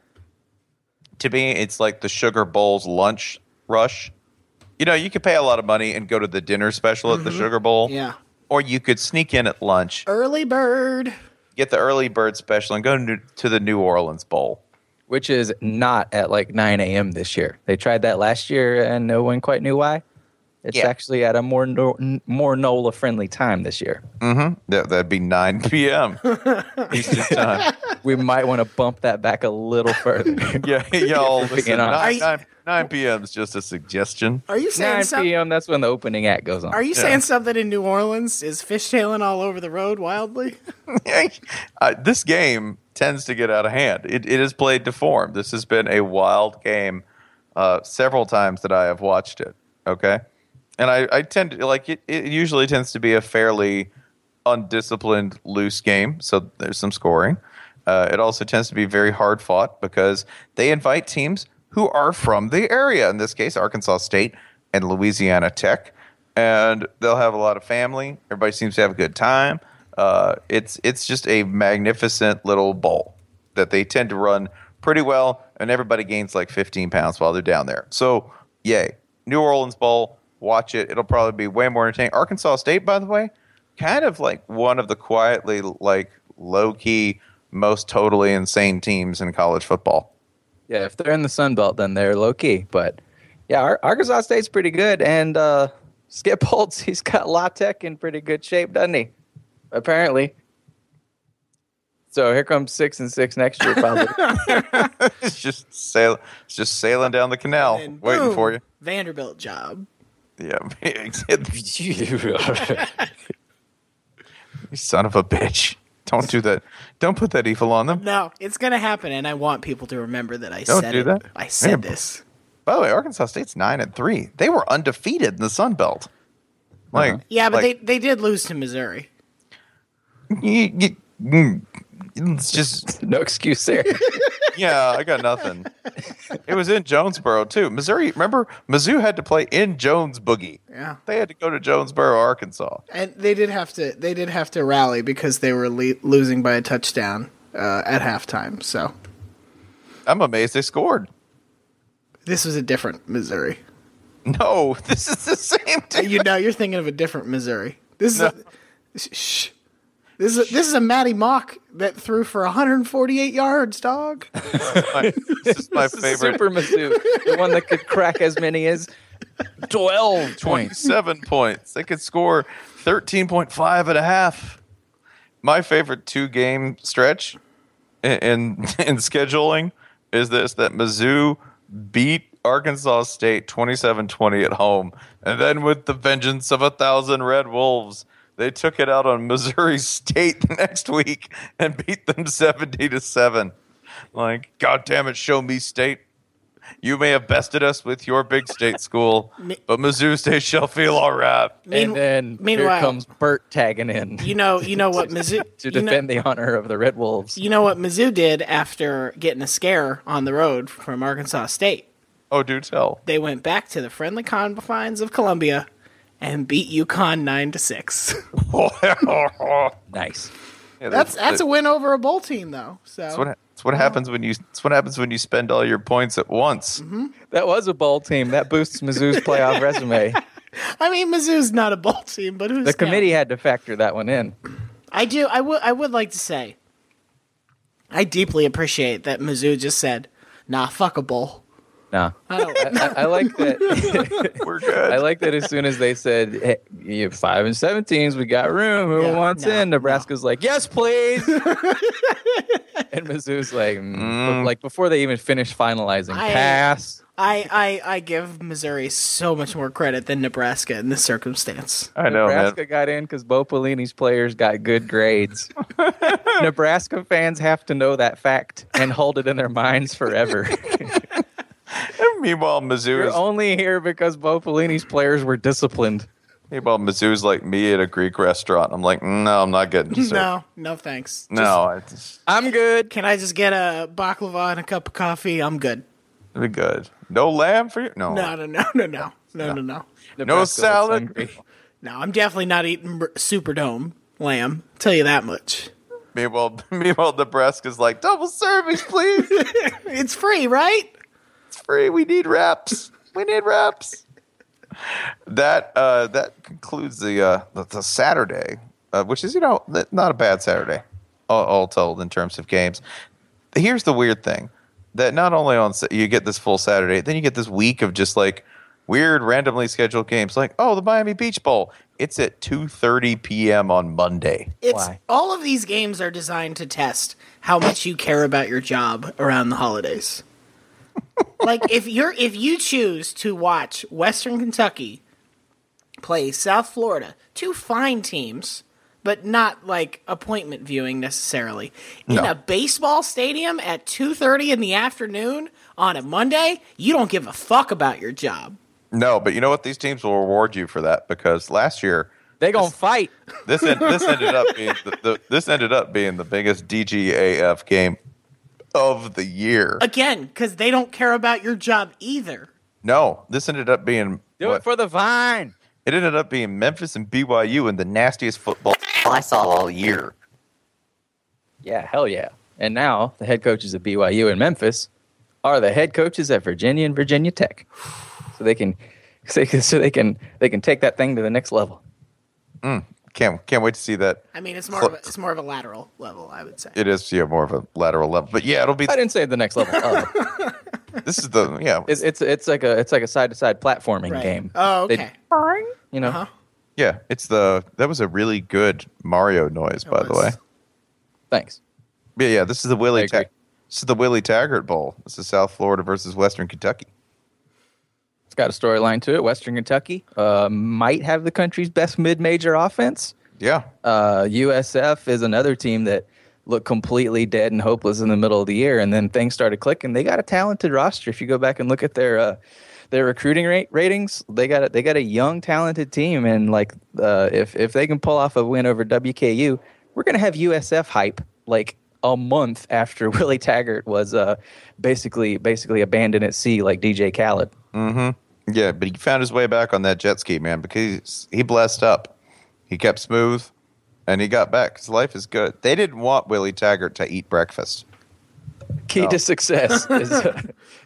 [SPEAKER 1] To me, it's like the Sugar Bowl's lunch rush. You know, you could pay a lot of money and go to the dinner special at the Sugar Bowl.
[SPEAKER 3] Yeah.
[SPEAKER 1] Or you could sneak in at lunch,
[SPEAKER 3] Early bird.
[SPEAKER 1] get the early bird special, and go to, to the New Orleans Bowl.
[SPEAKER 2] which is not at like 9 a.m. this year. They tried that last year and no one quite knew why. It's
[SPEAKER 1] Yeah.
[SPEAKER 2] actually at a more no, n- more NOLA friendly time this
[SPEAKER 1] *laughs*
[SPEAKER 2] year.
[SPEAKER 1] That, that'd be *laughs* 9 p.m. Eastern time.
[SPEAKER 2] we might want to bump that back a little further.
[SPEAKER 1] *laughs*
[SPEAKER 3] *laughs*
[SPEAKER 1] Yeah, y'all. Listen,
[SPEAKER 2] Picking up.
[SPEAKER 1] 9,
[SPEAKER 3] you-
[SPEAKER 1] 9, 9 p.m. is just a suggestion.
[SPEAKER 3] Are you saying
[SPEAKER 2] 9
[SPEAKER 3] something?
[SPEAKER 2] p.m. That's when the opening act goes on.
[SPEAKER 3] Are you saying something in New Orleans is fishtailing all over the road wildly?
[SPEAKER 1] uh, this game tends to get out of hand. It, it is played to form. This has been a wild game uh, several times that I have watched it. Okay. And I, I tend to like it, it usually tends to be a fairly undisciplined, loose game. So there's some scoring. Uh, it also tends to be very hard fought because they invite teams who are from the area. In this case, Arkansas State and Louisiana Tech and they'll have a lot of family. Everybody seems to have a good time. Uh, it's it's just a magnificent little bowl that they tend to run pretty well, and everybody gains like 15 pounds while they're down there. So yay, New Orleans Bowl. Watch it; it'll probably be way more entertaining. Arkansas State, by the way, kind of like one of the quietly like low key most totally insane teams in college football. *laughs*
[SPEAKER 2] Yeah, if they're in the Sun Belt, then they're low key. But yeah, Ar- Arkansas State's pretty good. And uh, Skip Holtz, *laughs* he's got LaTeX in pretty good shape, doesn't he? Apparently. So here comes six and six next year,
[SPEAKER 3] *laughs*
[SPEAKER 2] probably.
[SPEAKER 1] It's just sail, it's just sailing down the canal,
[SPEAKER 3] And
[SPEAKER 1] *laughs* waiting
[SPEAKER 3] boom,
[SPEAKER 1] for you.
[SPEAKER 3] Vanderbilt job.
[SPEAKER 1] Yeah, *laughs* You son of a bitch. Don't do that. Don't put that evil on them.
[SPEAKER 3] No, it's gonna happen, and I want people to remember that I
[SPEAKER 1] Don't
[SPEAKER 3] said
[SPEAKER 1] do
[SPEAKER 3] it.
[SPEAKER 1] that.
[SPEAKER 3] I said
[SPEAKER 1] Yeah.
[SPEAKER 3] this.
[SPEAKER 1] By the way, Arkansas State's nine and three. They were undefeated in the Sun Belt. Like,
[SPEAKER 3] Yeah, but
[SPEAKER 1] like,
[SPEAKER 3] they they did lose to Missouri.
[SPEAKER 1] y- y- mm, *laughs* it's just
[SPEAKER 2] No excuse there.
[SPEAKER 1] yeah, I
[SPEAKER 3] *laughs*
[SPEAKER 1] got nothing. it was in Jonesboro too, Missouri. Remember, Mizzou had to play in Jones Boogie.
[SPEAKER 3] Yeah.
[SPEAKER 1] they had to go to Jonesboro, Arkansas.
[SPEAKER 3] And they did have to they did have to rally because they were le- losing by a touchdown uh, at halftime. So
[SPEAKER 1] I'm amazed they scored.
[SPEAKER 3] this was a different Missouri.
[SPEAKER 1] No, *laughs* this is the same team.
[SPEAKER 3] You know, you're thinking of a different Missouri. This is a, sh- shh. This is a, this is a Matty Mock that threw for 148 yards, dog. *laughs*
[SPEAKER 1] this is my favorite.
[SPEAKER 2] Super Mizzou, *laughs* the one that could crack as many as twelve points.
[SPEAKER 1] 27 points. They could score 13.5 and a half. My favorite two game stretch in, in, *laughs* in scheduling is this that Mizzou beat Arkansas State 27 20 at home. And then, with the vengeance of a thousand Red Wolves, they took it out on Missouri *laughs* State the next week and beat them 70 to 7. Like, God damn it, show me state. You may have bested us with your big state school, but Mizzou State shall feel all right.
[SPEAKER 2] And then
[SPEAKER 3] meanwhile,
[SPEAKER 2] here comes Bert tagging in
[SPEAKER 3] you know, you know what Mizzou
[SPEAKER 2] *laughs* to
[SPEAKER 3] you know-
[SPEAKER 2] defend the honor of the Red Wolves.
[SPEAKER 3] you know what Mizzou did after getting a scare on the road from Arkansas State?
[SPEAKER 1] Oh, do *laughs* tell.
[SPEAKER 3] They went back to the friendly confines of Columbia and beat UConn nine to six. *laughs*
[SPEAKER 2] Nice.
[SPEAKER 3] That's that's a win over a bowl team though. So
[SPEAKER 1] what, that's what happens when you. That's what happens when you spend all your points at once.
[SPEAKER 3] Mm-hmm.
[SPEAKER 2] That was a bowl team. That boosts Mizzou's playoff
[SPEAKER 3] *laughs*
[SPEAKER 2] resume.
[SPEAKER 3] I mean, Mizzou's not a bowl team, but who's
[SPEAKER 2] The committee
[SPEAKER 3] counting?
[SPEAKER 2] had to factor that one in.
[SPEAKER 3] I do. I would. I would like to say, I deeply appreciate that Mizzou just said, "Nah, fuck a bowl."
[SPEAKER 2] Nah.
[SPEAKER 3] Oh,
[SPEAKER 2] I, I- I like that.
[SPEAKER 1] *laughs* We're good.
[SPEAKER 2] I like that as soon as they said hey, you have five and seven teams, we got room. Who
[SPEAKER 3] Yeah,
[SPEAKER 2] wants
[SPEAKER 3] no,
[SPEAKER 2] in? Nebraska's like, yes,
[SPEAKER 3] *laughs*
[SPEAKER 2] please. and Mizzou's like, mm,
[SPEAKER 1] Mm-hmm.
[SPEAKER 2] like before they even finish finalizing,
[SPEAKER 3] I-
[SPEAKER 2] pass.
[SPEAKER 3] I, I I give Missouri so much more credit than Nebraska in this circumstance.
[SPEAKER 1] I know,
[SPEAKER 2] Nebraska
[SPEAKER 1] man.
[SPEAKER 2] got in because Bo Pelini's players got good
[SPEAKER 1] *laughs*
[SPEAKER 2] grades. Nebraska fans have to know that fact and hold it in their minds
[SPEAKER 1] *laughs*
[SPEAKER 2] forever.
[SPEAKER 1] Meanwhile, Mizzou
[SPEAKER 2] You're
[SPEAKER 1] is,
[SPEAKER 2] only here because Bo Pelini's players were disciplined.
[SPEAKER 1] meanwhile Mizzou's like me at a Greek restaurant. I'm like, no, I'm not getting
[SPEAKER 3] *laughs*
[SPEAKER 1] dessert.
[SPEAKER 3] No, no thanks.
[SPEAKER 1] no. I just,
[SPEAKER 2] I'm good.
[SPEAKER 3] Can I just get a baklava and a cup of coffee? I'm good.
[SPEAKER 1] it'll be good. No lamb for you. No,
[SPEAKER 3] No, no, no, no, no, no, no, no.
[SPEAKER 2] Nebraska looks
[SPEAKER 1] salad.
[SPEAKER 2] hungry.
[SPEAKER 3] No, I'm definitely not eating Mer- Superdome lamb. Tell you that much.
[SPEAKER 1] Meanwhile, *laughs* meanwhile, Nebraska's like double servings,
[SPEAKER 3] *laughs*
[SPEAKER 1] please.
[SPEAKER 3] It's free, right?
[SPEAKER 1] It's free. We need wraps. We need wraps. That uh, that concludes the uh, the, the Saturday, uh, which is you know th- not a bad Saturday, all, all told in terms of games. Here's the weird thing: that not only on Sa- you get this full Saturday, then you get this week of just like weird randomly scheduled games. Like oh, the Miami Beach Bowl. It's at two thirty p.m. on Monday.
[SPEAKER 3] It's
[SPEAKER 2] Why?
[SPEAKER 3] all of these games are designed to test how much you care about your job around the holidays. like if you're if you choose to watch Western Kentucky play South Florida, two fine teams, but not like appointment viewing necessarily. In a baseball stadium at 2:30 in the afternoon on a Monday, you don't give a fuck about your job.
[SPEAKER 1] No, but you know what? These teams will reward you for that because last year.
[SPEAKER 2] They gonna fight.
[SPEAKER 1] This en- this ended up being the, the this ended up being the biggest DGAF game of the year.
[SPEAKER 3] Again, cuz they don't care about your job either.
[SPEAKER 1] No, this ended up being
[SPEAKER 2] Do
[SPEAKER 1] what-
[SPEAKER 2] it for the vine.
[SPEAKER 1] it ended up being Memphis and BYU in the nastiest football I saw all year.
[SPEAKER 2] Yeah, hell yeah. And now the head coaches of BYU and Memphis are the head coaches at Virginia and Virginia Tech. So they can *laughs* so they can so they can, they can take that thing to the next level.
[SPEAKER 1] Can't can't wait to see that.
[SPEAKER 3] I mean, it's more of a, it's more of a lateral level, I would say.
[SPEAKER 1] It is yeah more of a lateral level, but yeah, it'll be
[SPEAKER 2] I didn't say the next level. *laughs* up.
[SPEAKER 1] this is the yeah
[SPEAKER 2] *laughs* it's, it's it's like a it's like a side to side platforming
[SPEAKER 3] Right.
[SPEAKER 2] game.
[SPEAKER 3] Oh,
[SPEAKER 2] They-
[SPEAKER 3] okay.
[SPEAKER 2] you know,
[SPEAKER 1] yeah it's the that was a really good Mario noise by the
[SPEAKER 3] was.
[SPEAKER 1] way.
[SPEAKER 2] thanks.
[SPEAKER 1] Yeah, yeah, this is the Willie
[SPEAKER 2] I agree.
[SPEAKER 1] Ta- this is the Willie Taggart Bowl. This is South Florida versus Western Kentucky.
[SPEAKER 2] It's got a storyline to it. Western Kentucky uh, might have the country's best mid major offense.
[SPEAKER 1] Yeah,
[SPEAKER 2] Uh, USF is another team that look completely dead and hopeless in the middle of the year, and then things started clicking. They got a talented roster. If you go back and look at their uh, their recruiting rate ratings, they got a, they got a young, talented team, and like uh, if if they can pull off a win over WKU, we're gonna have USF hype like a month after *laughs* Willie Taggart was uh, basically basically abandoned at sea, like DJ Khaled.
[SPEAKER 1] Yeah, but he found his way back on that jet ski, man, because he blessed up. He kept smooth and he got back. His life is good. They didn't want Willie Taggart to eat breakfast.
[SPEAKER 2] key to success is,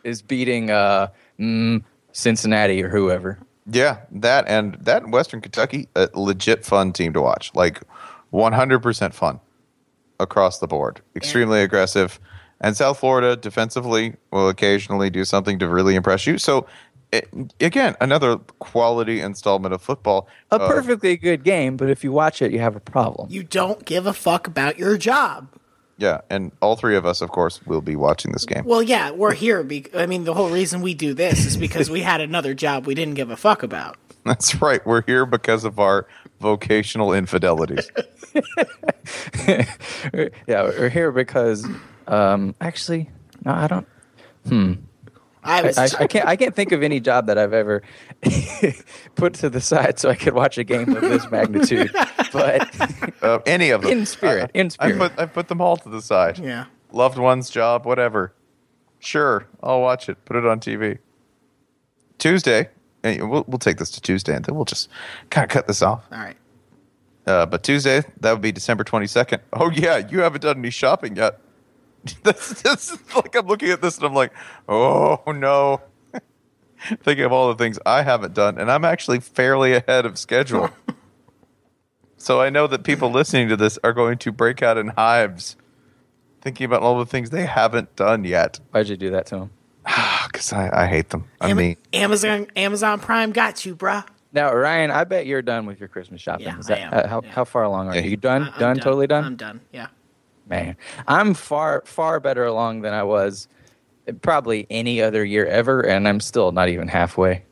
[SPEAKER 2] is beating uh, mm, Cincinnati or whoever.
[SPEAKER 1] Yeah, that and that and Western Kentucky, a legit fun team to watch. Like 100% fun across the board. Extremely aggressive. And South Florida defensively will occasionally do something to really impress you. So, it, again, another quality installment of football.
[SPEAKER 2] A
[SPEAKER 3] Oh.
[SPEAKER 1] Uh,
[SPEAKER 2] perfectly good game, but if you watch it, you have a problem.
[SPEAKER 3] You don't give a fuck about your job.
[SPEAKER 1] yeah, and all three of us, of course, will be watching this game.
[SPEAKER 3] Well, yeah, we're here. Be- I mean, the whole reason we do this is because we had another job we didn't give a fuck about.
[SPEAKER 1] *laughs* That's right. We're here because of our vocational infidelities.
[SPEAKER 2] *laughs* yeah, we're here because um, actually, no, I don't.
[SPEAKER 3] I
[SPEAKER 2] I,
[SPEAKER 3] was.
[SPEAKER 2] I, I can't. I can't think of any job that I've ever *laughs* put to the side so I could watch a game of this
[SPEAKER 3] *laughs*
[SPEAKER 2] magnitude. But *laughs*
[SPEAKER 1] Uh, any of them.
[SPEAKER 2] In spirit,
[SPEAKER 1] I-
[SPEAKER 2] in spirit.
[SPEAKER 1] I put, I put them all to the side.
[SPEAKER 3] Yeah.
[SPEAKER 1] Loved one's job, whatever. Sure, I'll watch it. Put it on TV. Tuesday. eh, We'll, we'll take this to Tuesday and then we'll just kind of cut this off.
[SPEAKER 3] all right.
[SPEAKER 1] Uh, but Tuesday, that would be December 22nd. *laughs* Oh, yeah, you haven't done any shopping yet. *laughs* that's, that's like I'm looking at this and I'm like, oh, no. *laughs* Thinking of all the things I haven't done, and I'm actually fairly ahead of schedule. so I know that people listening to this are going to break out in hives thinking about all the things they haven't done yet
[SPEAKER 2] why'd you do that to him?
[SPEAKER 1] because I, I hate them. I
[SPEAKER 3] Ama-
[SPEAKER 1] mean,
[SPEAKER 3] Amazon Amazon Prime got you, bruh.
[SPEAKER 2] Now, Ryan, I bet you're done with your Christmas shopping.
[SPEAKER 3] Yeah,
[SPEAKER 2] Is
[SPEAKER 3] I
[SPEAKER 2] that,
[SPEAKER 3] am.
[SPEAKER 2] uh, how,
[SPEAKER 3] Yeah.
[SPEAKER 2] how far along are you?
[SPEAKER 1] he-
[SPEAKER 2] You done?
[SPEAKER 3] I- Uh, I'm
[SPEAKER 2] done? Totally done?
[SPEAKER 3] I'm done. Yeah.
[SPEAKER 2] Man, I'm far, far better along than I was eh, probably any other year ever, and I'm still not even halfway.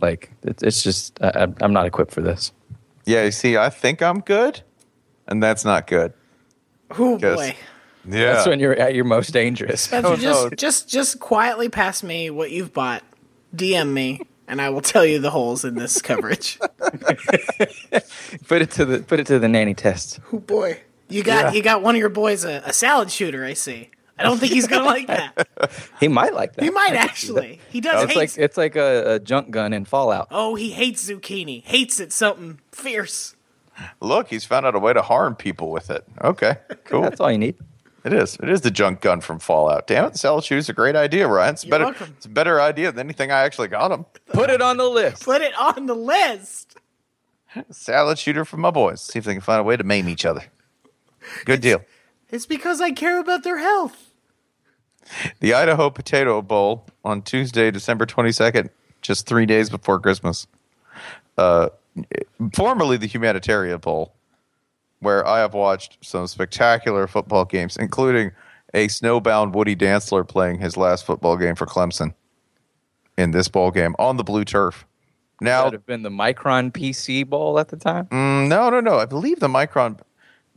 [SPEAKER 2] Like, it, it's just, I, I'm- I'm not equipped for this.
[SPEAKER 1] yeah, you see, I think I'm good, and that's not good.
[SPEAKER 3] Oh
[SPEAKER 1] Yes.
[SPEAKER 3] boy.
[SPEAKER 1] Yeah.
[SPEAKER 2] That's when you're at your most dangerous.
[SPEAKER 3] Spencer,
[SPEAKER 1] Oh,
[SPEAKER 3] just
[SPEAKER 1] no.
[SPEAKER 3] just just quietly pass me what you've bought. DM me, and I will tell you the holes in this *laughs* coverage.
[SPEAKER 2] *laughs* put it to the put it to the nanny test.
[SPEAKER 3] oh boy. You got you got one of your boys a, a salad shooter, I see. I don't think he's gonna like that.
[SPEAKER 2] He might like that. *laughs*
[SPEAKER 3] He might actually. He does
[SPEAKER 2] It's
[SPEAKER 3] hate
[SPEAKER 2] like it's like a, a junk gun in Fallout.
[SPEAKER 3] Oh, he hates zucchini. Hates it something fierce.
[SPEAKER 1] Look, he's found out a way to harm people with it. Okay,
[SPEAKER 3] *laughs*
[SPEAKER 1] cool.
[SPEAKER 2] That's all you need.
[SPEAKER 1] it is. It is the junk gun from Fallout. Damn it, salad shooter's a great idea, Ryan. It's better.
[SPEAKER 3] welcome.
[SPEAKER 1] It's a better idea than anything I actually got him.
[SPEAKER 2] Put it on the list.
[SPEAKER 3] Put it on the list.
[SPEAKER 1] Salad shooter for my boys. See if they can find a way to maim each other. Good deal.
[SPEAKER 3] It's because I care about their health.
[SPEAKER 1] The Idaho Potato Bowl on Tuesday, December 22nd, just three days before Christmas. Uh, formerly the Humanitarian Bowl, where I have watched some spectacular football games, including a snowbound Woody Dantzler playing his last football game for Clemson in this bowl game on the blue turf.
[SPEAKER 2] That
[SPEAKER 1] Now, mm,
[SPEAKER 2] would have been the Micron PC Bowl at the time.
[SPEAKER 3] Mm.
[SPEAKER 1] no, no, no. I believe the Micron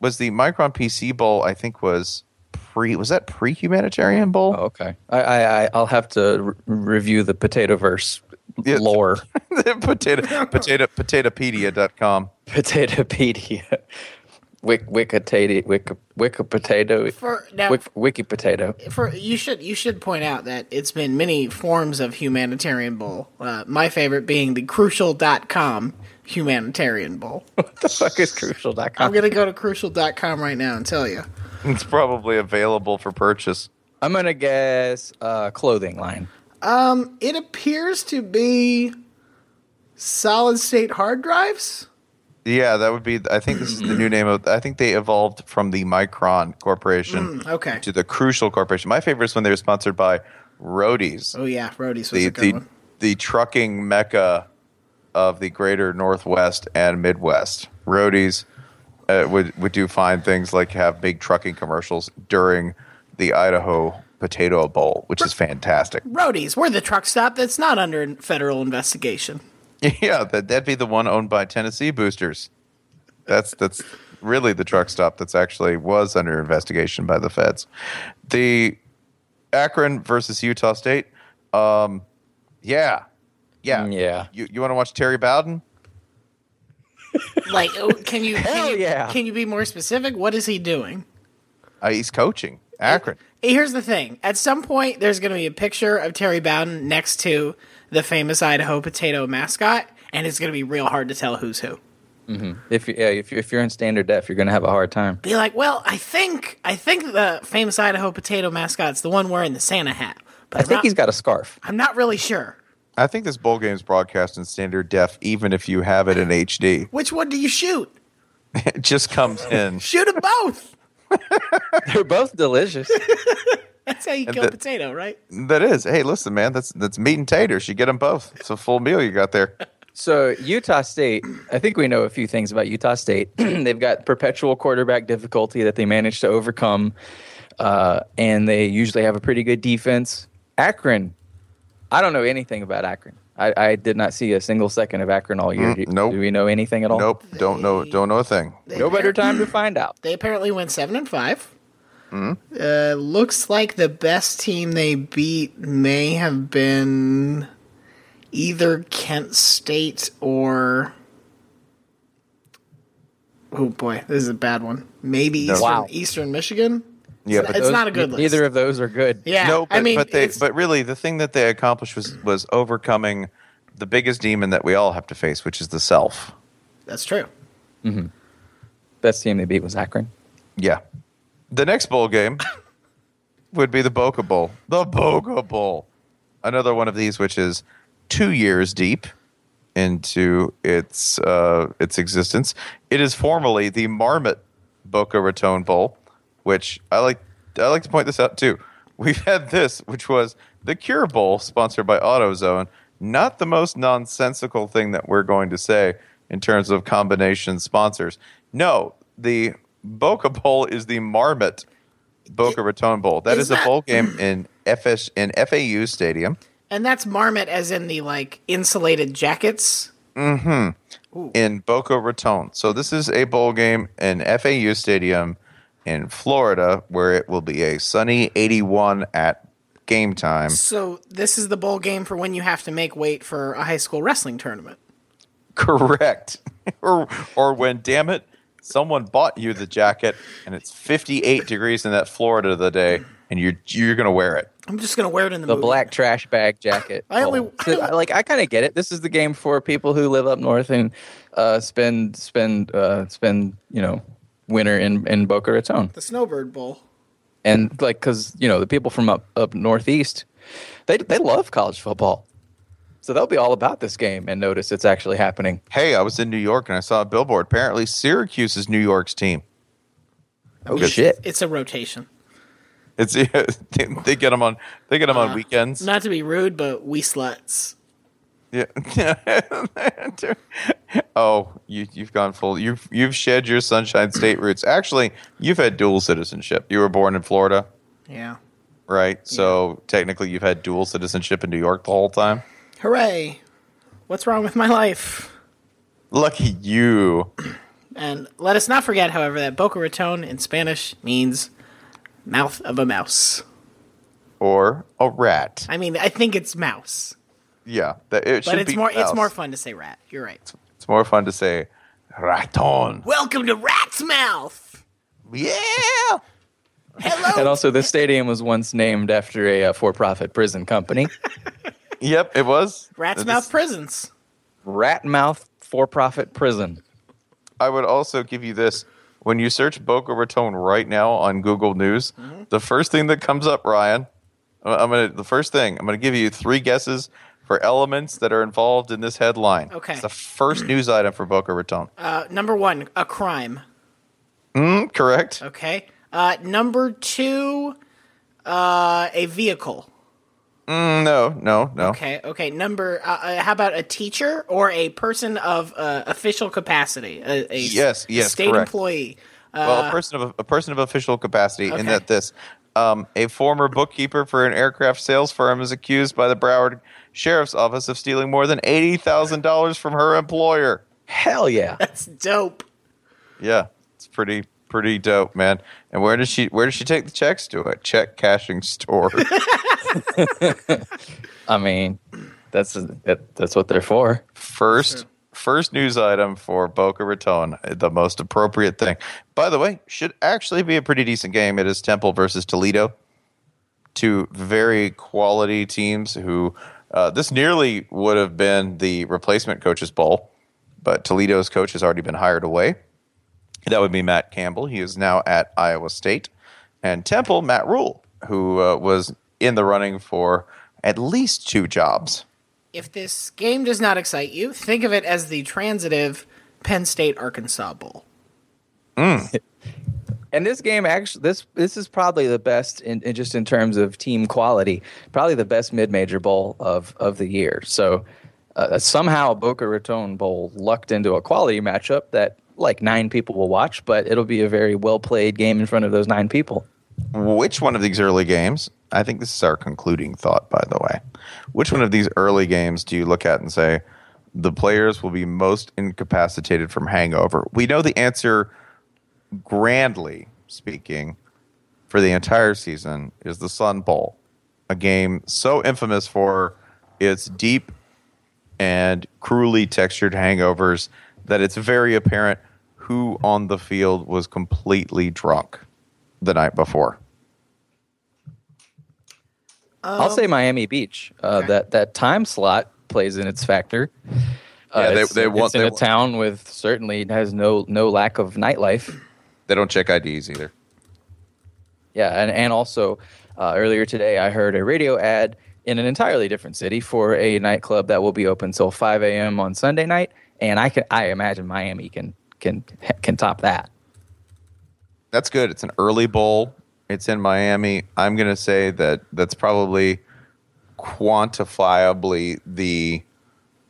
[SPEAKER 1] was the Micron PC Bowl, I think was pre, was that pre Humanitarian Bowl?
[SPEAKER 2] Oh, okay. I, I I- I'll have to re- review the potato verse
[SPEAKER 1] Yeah.
[SPEAKER 2] lore.
[SPEAKER 1] *laughs* potato potato potatopedia.com.
[SPEAKER 2] *laughs* Potatopedia. Wick Wikitato Wik Wiki potato
[SPEAKER 3] For- now-
[SPEAKER 2] Wik, Wiki potato.
[SPEAKER 3] for you should you should point out that it's been many forms of humanitarian bowl. Uh, my favorite being the crucial.com humanitarian bowl.
[SPEAKER 2] What the fuck is crucial.com?
[SPEAKER 3] *laughs* I'm going to go to crucial.com right now and tell you.
[SPEAKER 1] It's probably available for purchase.
[SPEAKER 2] I'm gonna guess uh, clothing line.
[SPEAKER 3] It appears to be solid state hard drives.
[SPEAKER 1] Yeah, that would be I think this is the new name of I think they evolved from the Micron Corporation
[SPEAKER 3] Hmm, okay.
[SPEAKER 1] to the Crucial Corporation. My favorite is when they were sponsored by Roadies,
[SPEAKER 3] Oh yeah, Roadies was
[SPEAKER 1] the
[SPEAKER 3] a good
[SPEAKER 1] the,
[SPEAKER 3] one.
[SPEAKER 1] the trucking mecca of the greater Northwest and Midwest. Roadies uh, would would do fine things like have big trucking commercials during the Idaho Potato Bowl, which is fantastic.
[SPEAKER 3] Roadies, we're the truck stop that's not under federal investigation.
[SPEAKER 1] *laughs* Yeah, that that'd be the one owned by Tennessee Boosters. That's that's really the truck stop that's actually was under investigation by the feds. The Akron versus Utah State. Um, yeah, Mm, yeah,
[SPEAKER 2] Yeah.
[SPEAKER 1] You you want to watch Terry Bowden?
[SPEAKER 3] Like, oh, can you? Can
[SPEAKER 2] Hell
[SPEAKER 3] you,
[SPEAKER 2] yeah.
[SPEAKER 3] Can you be more specific? What is he doing?
[SPEAKER 1] Uh, he's coaching Akron.
[SPEAKER 3] Here's the thing. At some point, there's going to be a picture of Terry Bowden next to the famous Idaho potato mascot, and it's going to be real hard to tell who's who.
[SPEAKER 2] If you- yeah, if you- if you're in standard def, you're gonna have a hard time.
[SPEAKER 3] Be like, well, I think I think the famous Idaho potato mascot's the one wearing the Santa hat, but
[SPEAKER 2] I think he's got a scarf.
[SPEAKER 3] I'm not really sure.
[SPEAKER 1] I think this bowl game's broadcast in standard def, even if you have it in HD.
[SPEAKER 3] Which one do you shoot?
[SPEAKER 1] It just comes in.
[SPEAKER 3] Shoot them both. *laughs*
[SPEAKER 2] They're both delicious.
[SPEAKER 3] That's how you kill a
[SPEAKER 1] the-
[SPEAKER 3] potato, right?
[SPEAKER 1] That is. Hey, listen, man. That's that's meat and taters. You get them both. It's a full meal you got *laughs* there.
[SPEAKER 2] So Utah State, I think we know a few things about Utah State. *clears throat* They've got perpetual quarterback difficulty that they manage to overcome, uh, and they usually have a pretty good defense. Akron, I don't know anything about Akron. I, I did not see a single second of Akron all year. do,
[SPEAKER 1] Mm, nope.
[SPEAKER 2] do we know anything at all?
[SPEAKER 1] Nope. Don't know. Don't know a thing.
[SPEAKER 2] No better time to find out.
[SPEAKER 3] They apparently went seven and 5 Uh, looks like the best team they beat may have been either Kent State or. Oh boy, this is a bad one. Maybe Eastern,
[SPEAKER 2] Wow.
[SPEAKER 3] Eastern Michigan.
[SPEAKER 1] Yeah,
[SPEAKER 3] it's,
[SPEAKER 1] but
[SPEAKER 3] not, it's
[SPEAKER 2] Those-
[SPEAKER 3] not a good
[SPEAKER 2] ne-
[SPEAKER 3] list.
[SPEAKER 2] Neither of those are good.
[SPEAKER 3] Yeah,
[SPEAKER 1] No, but,
[SPEAKER 3] I mean,
[SPEAKER 1] but they
[SPEAKER 3] it's-
[SPEAKER 1] but really the thing that they accomplished was was overcoming the biggest demon that we all have to face, which is the self.
[SPEAKER 3] that's true.
[SPEAKER 2] Best team they beat was Akron.
[SPEAKER 1] Yeah. The next bowl game would be the Boca Bowl. The Boca Bowl. Another one of these which is two years deep into its uh, its existence. It is formerly the Marmot Boca Raton Bowl, which I like I like to point this out too. We've had this, which was the Cure Bowl, sponsored by AutoZone. Not the most nonsensical thing that we're going to say in terms of combination sponsors. No, the Boca Bowl is the Marmot Boca Raton Bowl. That
[SPEAKER 3] Is
[SPEAKER 1] is, a
[SPEAKER 3] that-
[SPEAKER 1] bowl game in FS in FAU Stadium.
[SPEAKER 3] And that's marmot, as in the like insulated jackets.
[SPEAKER 1] in Boca Raton. So this is a bowl game in FAU Stadium in Florida, where it will be a sunny 81 at game time.
[SPEAKER 3] So this is the bowl game for when you have to make weight for a high school wrestling tournament.
[SPEAKER 1] Correct. *laughs* or, or when, damn it, someone bought you the jacket and it's 58 degrees in that Florida the day, and you're you're gonna wear it.
[SPEAKER 3] I'm just gonna wear it in the,
[SPEAKER 2] The
[SPEAKER 3] movie.
[SPEAKER 2] black trash bag jacket.
[SPEAKER 3] I only-
[SPEAKER 2] Oh. So, like I kind of get it. This is the game for people who live up north and uh, spend spend uh, spend you know winter in in Boca Raton
[SPEAKER 3] the Snowbird Bowl.
[SPEAKER 2] and like because you know the people from up up northeast they they love college football, so they'll be all about this game and notice it's actually happening.
[SPEAKER 1] Hey, I was in New York and I saw a billboard. Apparently, Syracuse is New York's team.
[SPEAKER 2] Oh shit!
[SPEAKER 3] It's a rotation.
[SPEAKER 1] It's *laughs* they get them on they get them on weekends.
[SPEAKER 3] Not to be rude, but we sluts.
[SPEAKER 1] Yeah. oh, you, you've gone full. You've you've shed your
[SPEAKER 3] *clears throat*
[SPEAKER 1] Sunshine State roots. Actually, you've had dual citizenship. You were born in Florida,
[SPEAKER 3] Yeah.
[SPEAKER 1] right? So technically, you've had dual citizenship in New York the whole time.
[SPEAKER 3] Hooray! What's wrong with my life?
[SPEAKER 1] Lucky you.
[SPEAKER 3] And let us not forget, however, that Boca Raton in Spanish means mouth of a mouse.
[SPEAKER 1] Or a rat.
[SPEAKER 3] I mean, I think it's mouse,
[SPEAKER 1] Yeah, that it
[SPEAKER 3] but
[SPEAKER 1] should
[SPEAKER 3] it's
[SPEAKER 1] be
[SPEAKER 3] more it's
[SPEAKER 1] mouse.
[SPEAKER 3] more fun to say rat. You're right.
[SPEAKER 1] It's more fun to say raton.
[SPEAKER 3] Welcome to Rat's Mouth.
[SPEAKER 1] Yeah.
[SPEAKER 2] And also, this stadium was once named after a uh, for-profit prison
[SPEAKER 3] *laughs*
[SPEAKER 2] company,
[SPEAKER 1] Yep, it was
[SPEAKER 3] Rat's
[SPEAKER 1] This-
[SPEAKER 3] Mouth Prisons.
[SPEAKER 2] Ratmouth For-Profit Prison.
[SPEAKER 1] I would also give you this. When you search Boca Raton right now on Google News,
[SPEAKER 3] Mm-hmm.
[SPEAKER 1] the first thing that comes up, Ryan, I- I'm gonna the first thing I'm gonna give you three guesses for elements that are involved in this headline.
[SPEAKER 3] Okay.
[SPEAKER 1] it's the first news item for Boca Raton.
[SPEAKER 3] Uh, number one, a crime.
[SPEAKER 1] Correct.
[SPEAKER 3] Okay. Uh, number two, uh, a vehicle.
[SPEAKER 1] No, no, no.
[SPEAKER 3] Okay, okay. Number, uh, uh, how about a teacher or a person of uh, official capacity? A, a s-
[SPEAKER 1] Yes, yes,
[SPEAKER 3] state
[SPEAKER 1] correct.
[SPEAKER 3] employee. Uh,
[SPEAKER 1] well, a person of a person of official capacity in that this um, a former bookkeeper for an aircraft sales firm is accused by the Broward Sheriff's Office of stealing more than eighty thousand dollars from her employer.
[SPEAKER 2] Hell yeah!
[SPEAKER 3] That's dope.
[SPEAKER 1] Yeah, it's pretty pretty dope, man. And where does she where does she take the checks to? A check cashing store.
[SPEAKER 2] I mean, that's that, that's what they're for.
[SPEAKER 1] first first news item for Boca Raton, the most appropriate thing. By the way, should actually be a pretty decent game. It is Temple versus Toledo, two very quality teams. Who uh, this nearly would have been the replacement coach's bowl, but Toledo's coach has already been hired away. That would be Matt Campbell. He is now at Iowa State, and Temple Matt Rule, who uh, was in the running for at least two jobs.
[SPEAKER 3] If this game does not excite you, think of it as the transitive Penn State Arkansas Bowl.
[SPEAKER 2] And this game actually this this is probably the best in, in just in terms of team quality, probably the best mid major bowl of of the year. So uh, somehow Boca Raton Bowl lucked into a quality matchup that like nine people will watch, but it'll be a very well played game in front of those nine people.
[SPEAKER 1] which one of these early games i think this is our concluding thought by the way which one of these early games do you look at and say the players will be most incapacitated from hangover we know the answer grandly speaking for the entire season is the sun bowl a game so infamous for its deep and cruelly textured hangovers that it's very apparent who on the field was completely drunk the night before
[SPEAKER 2] I'll say Miami Beach. Uh, That that time slot plays in its factor. Uh,
[SPEAKER 1] Yeah, they-
[SPEAKER 2] it's-
[SPEAKER 1] they want-
[SPEAKER 2] it's in
[SPEAKER 1] they
[SPEAKER 2] a
[SPEAKER 1] want-
[SPEAKER 2] town with certainly has no no lack of nightlife.
[SPEAKER 1] They don't check IDs either.
[SPEAKER 2] Yeah, and and also uh, earlier today I heard a radio ad in an entirely different city for a nightclub that will be open till 5 a.m. on Sunday night, and I can I imagine Miami can can can top that.
[SPEAKER 1] That's good. It's an early bowl. It's in Miami. I'm going to say that that's probably quantifiably the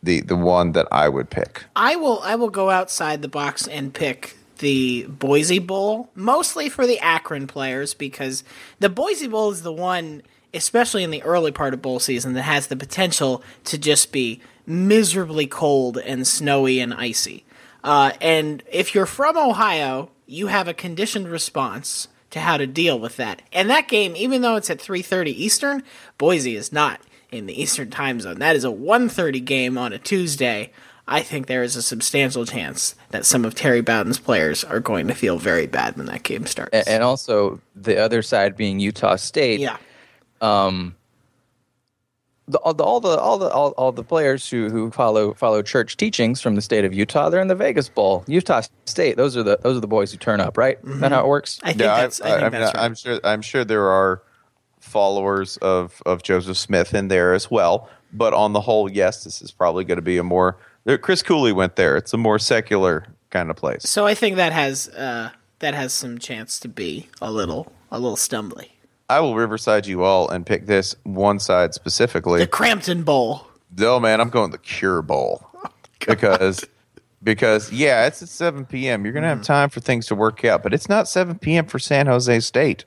[SPEAKER 1] the the one that I would pick.
[SPEAKER 3] I will I will go outside the box and pick the Boise Bowl, mostly for the Akron players because the Boise Bowl is the one especially in the early part of bowl season that has the potential to just be miserably cold and snowy and icy. Uh, and if you're from Ohio, you have a conditioned response to how to deal with that. And that game, even though it's at 3:30 Eastern, Boise is not in the Eastern time zone. That is a 1:30 game on a Tuesday. I think there is a substantial chance that some of Terry Bowden's players are going to feel very bad when that game starts.
[SPEAKER 2] A- And also the other side being Utah State. um,
[SPEAKER 3] yeah.
[SPEAKER 2] the, all the all the all the all, all the players who who follow follow church teachings from the state of Utah, they're in the Vegas Bowl. Utah State, those are the those are the boys who turn up, right? Isn't that how it works?
[SPEAKER 3] Mm-hmm. I think
[SPEAKER 1] Yeah, I,
[SPEAKER 3] that's I, think
[SPEAKER 1] I, I
[SPEAKER 3] that's right.
[SPEAKER 1] am sure. I'm sure there are followers of of Joseph Smith in there as well. But on the whole, yes, this is probably going to be a more. Chris Cooley went there. It's a more secular kind of place.
[SPEAKER 3] So I think that has uh, that has some chance to be a little a little stumbly.
[SPEAKER 1] I will Riverside you all and pick this one side specifically.
[SPEAKER 3] The Crampton Bowl.
[SPEAKER 1] No, man, I'm going the Cure *laughs* Bowl because because yeah, it's at 7 p.m. You're gonna have time for things to work out, but it's not 7 p.m. for San Jose State.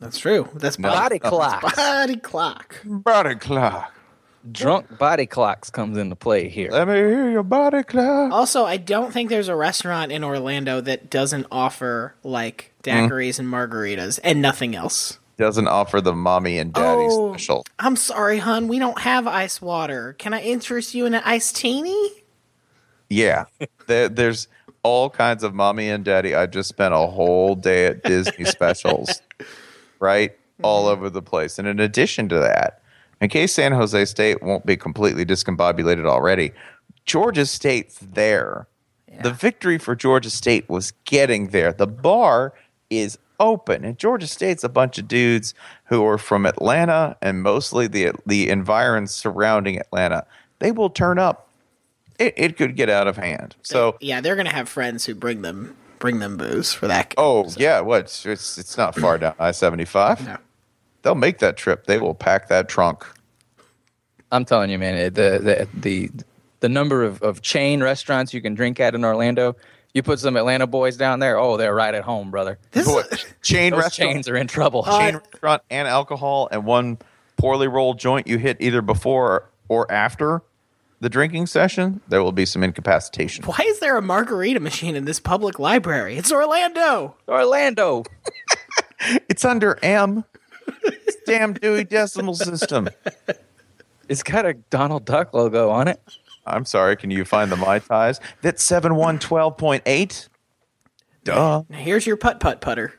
[SPEAKER 3] That's true. That's
[SPEAKER 2] Body
[SPEAKER 3] body, *laughs*
[SPEAKER 2] clocks,
[SPEAKER 3] body clock.
[SPEAKER 1] Body clock.
[SPEAKER 2] drunk body clocks comes into play here.
[SPEAKER 1] Let me hear your body clock.
[SPEAKER 3] Also, I don't think there's a restaurant in Orlando that doesn't offer like daiquiris and margaritas and nothing else.
[SPEAKER 1] Doesn't offer the mommy and daddy
[SPEAKER 3] Oh.
[SPEAKER 1] special.
[SPEAKER 3] I'm sorry, hun. We don't have ice water. Can I interest you in an iced teeny?
[SPEAKER 1] Yeah, there, there's all kinds of mommy and daddy. I just spent a whole day at *laughs* Disney specials, right? All over the place. And in addition to that, in case San Jose State won't be completely discombobulated already, Georgia State's there. The victory for Georgia State was getting there. The bar is open, and Georgia State's a bunch of dudes who are from Atlanta and mostly the the environs surrounding Atlanta. They will turn up it, it could get out of hand. So,
[SPEAKER 3] Yeah, they're gonna have friends who bring them bring them booze for that. game.
[SPEAKER 1] oh yeah, what? It's it's, it's not far down I seventy five. They'll make that trip. They will pack that trunk.
[SPEAKER 2] I'm telling you, man, it- the the the the number of, of chain restaurants you can drink at in Orlando. You put some Atlanta boys down there, oh, they're right at home, brother.
[SPEAKER 3] This
[SPEAKER 1] Boy, *laughs* chain
[SPEAKER 2] Those
[SPEAKER 1] restaurant,
[SPEAKER 2] chains are in trouble.
[SPEAKER 1] chain restaurant, and alcohol, and one poorly rolled joint you hit either before or after. the drinking session, there will be some incapacitation.
[SPEAKER 3] Why is there a margarita machine in this public library? It's Orlando.
[SPEAKER 2] Orlando.
[SPEAKER 1] It's under M. It's damn Dewey Decimal System.
[SPEAKER 2] It's got a Donald Duck logo on it.
[SPEAKER 1] I'm sorry. Can you find the Mai Tais? That's 7112.8. Duh.
[SPEAKER 3] Now here's your putt putt putter.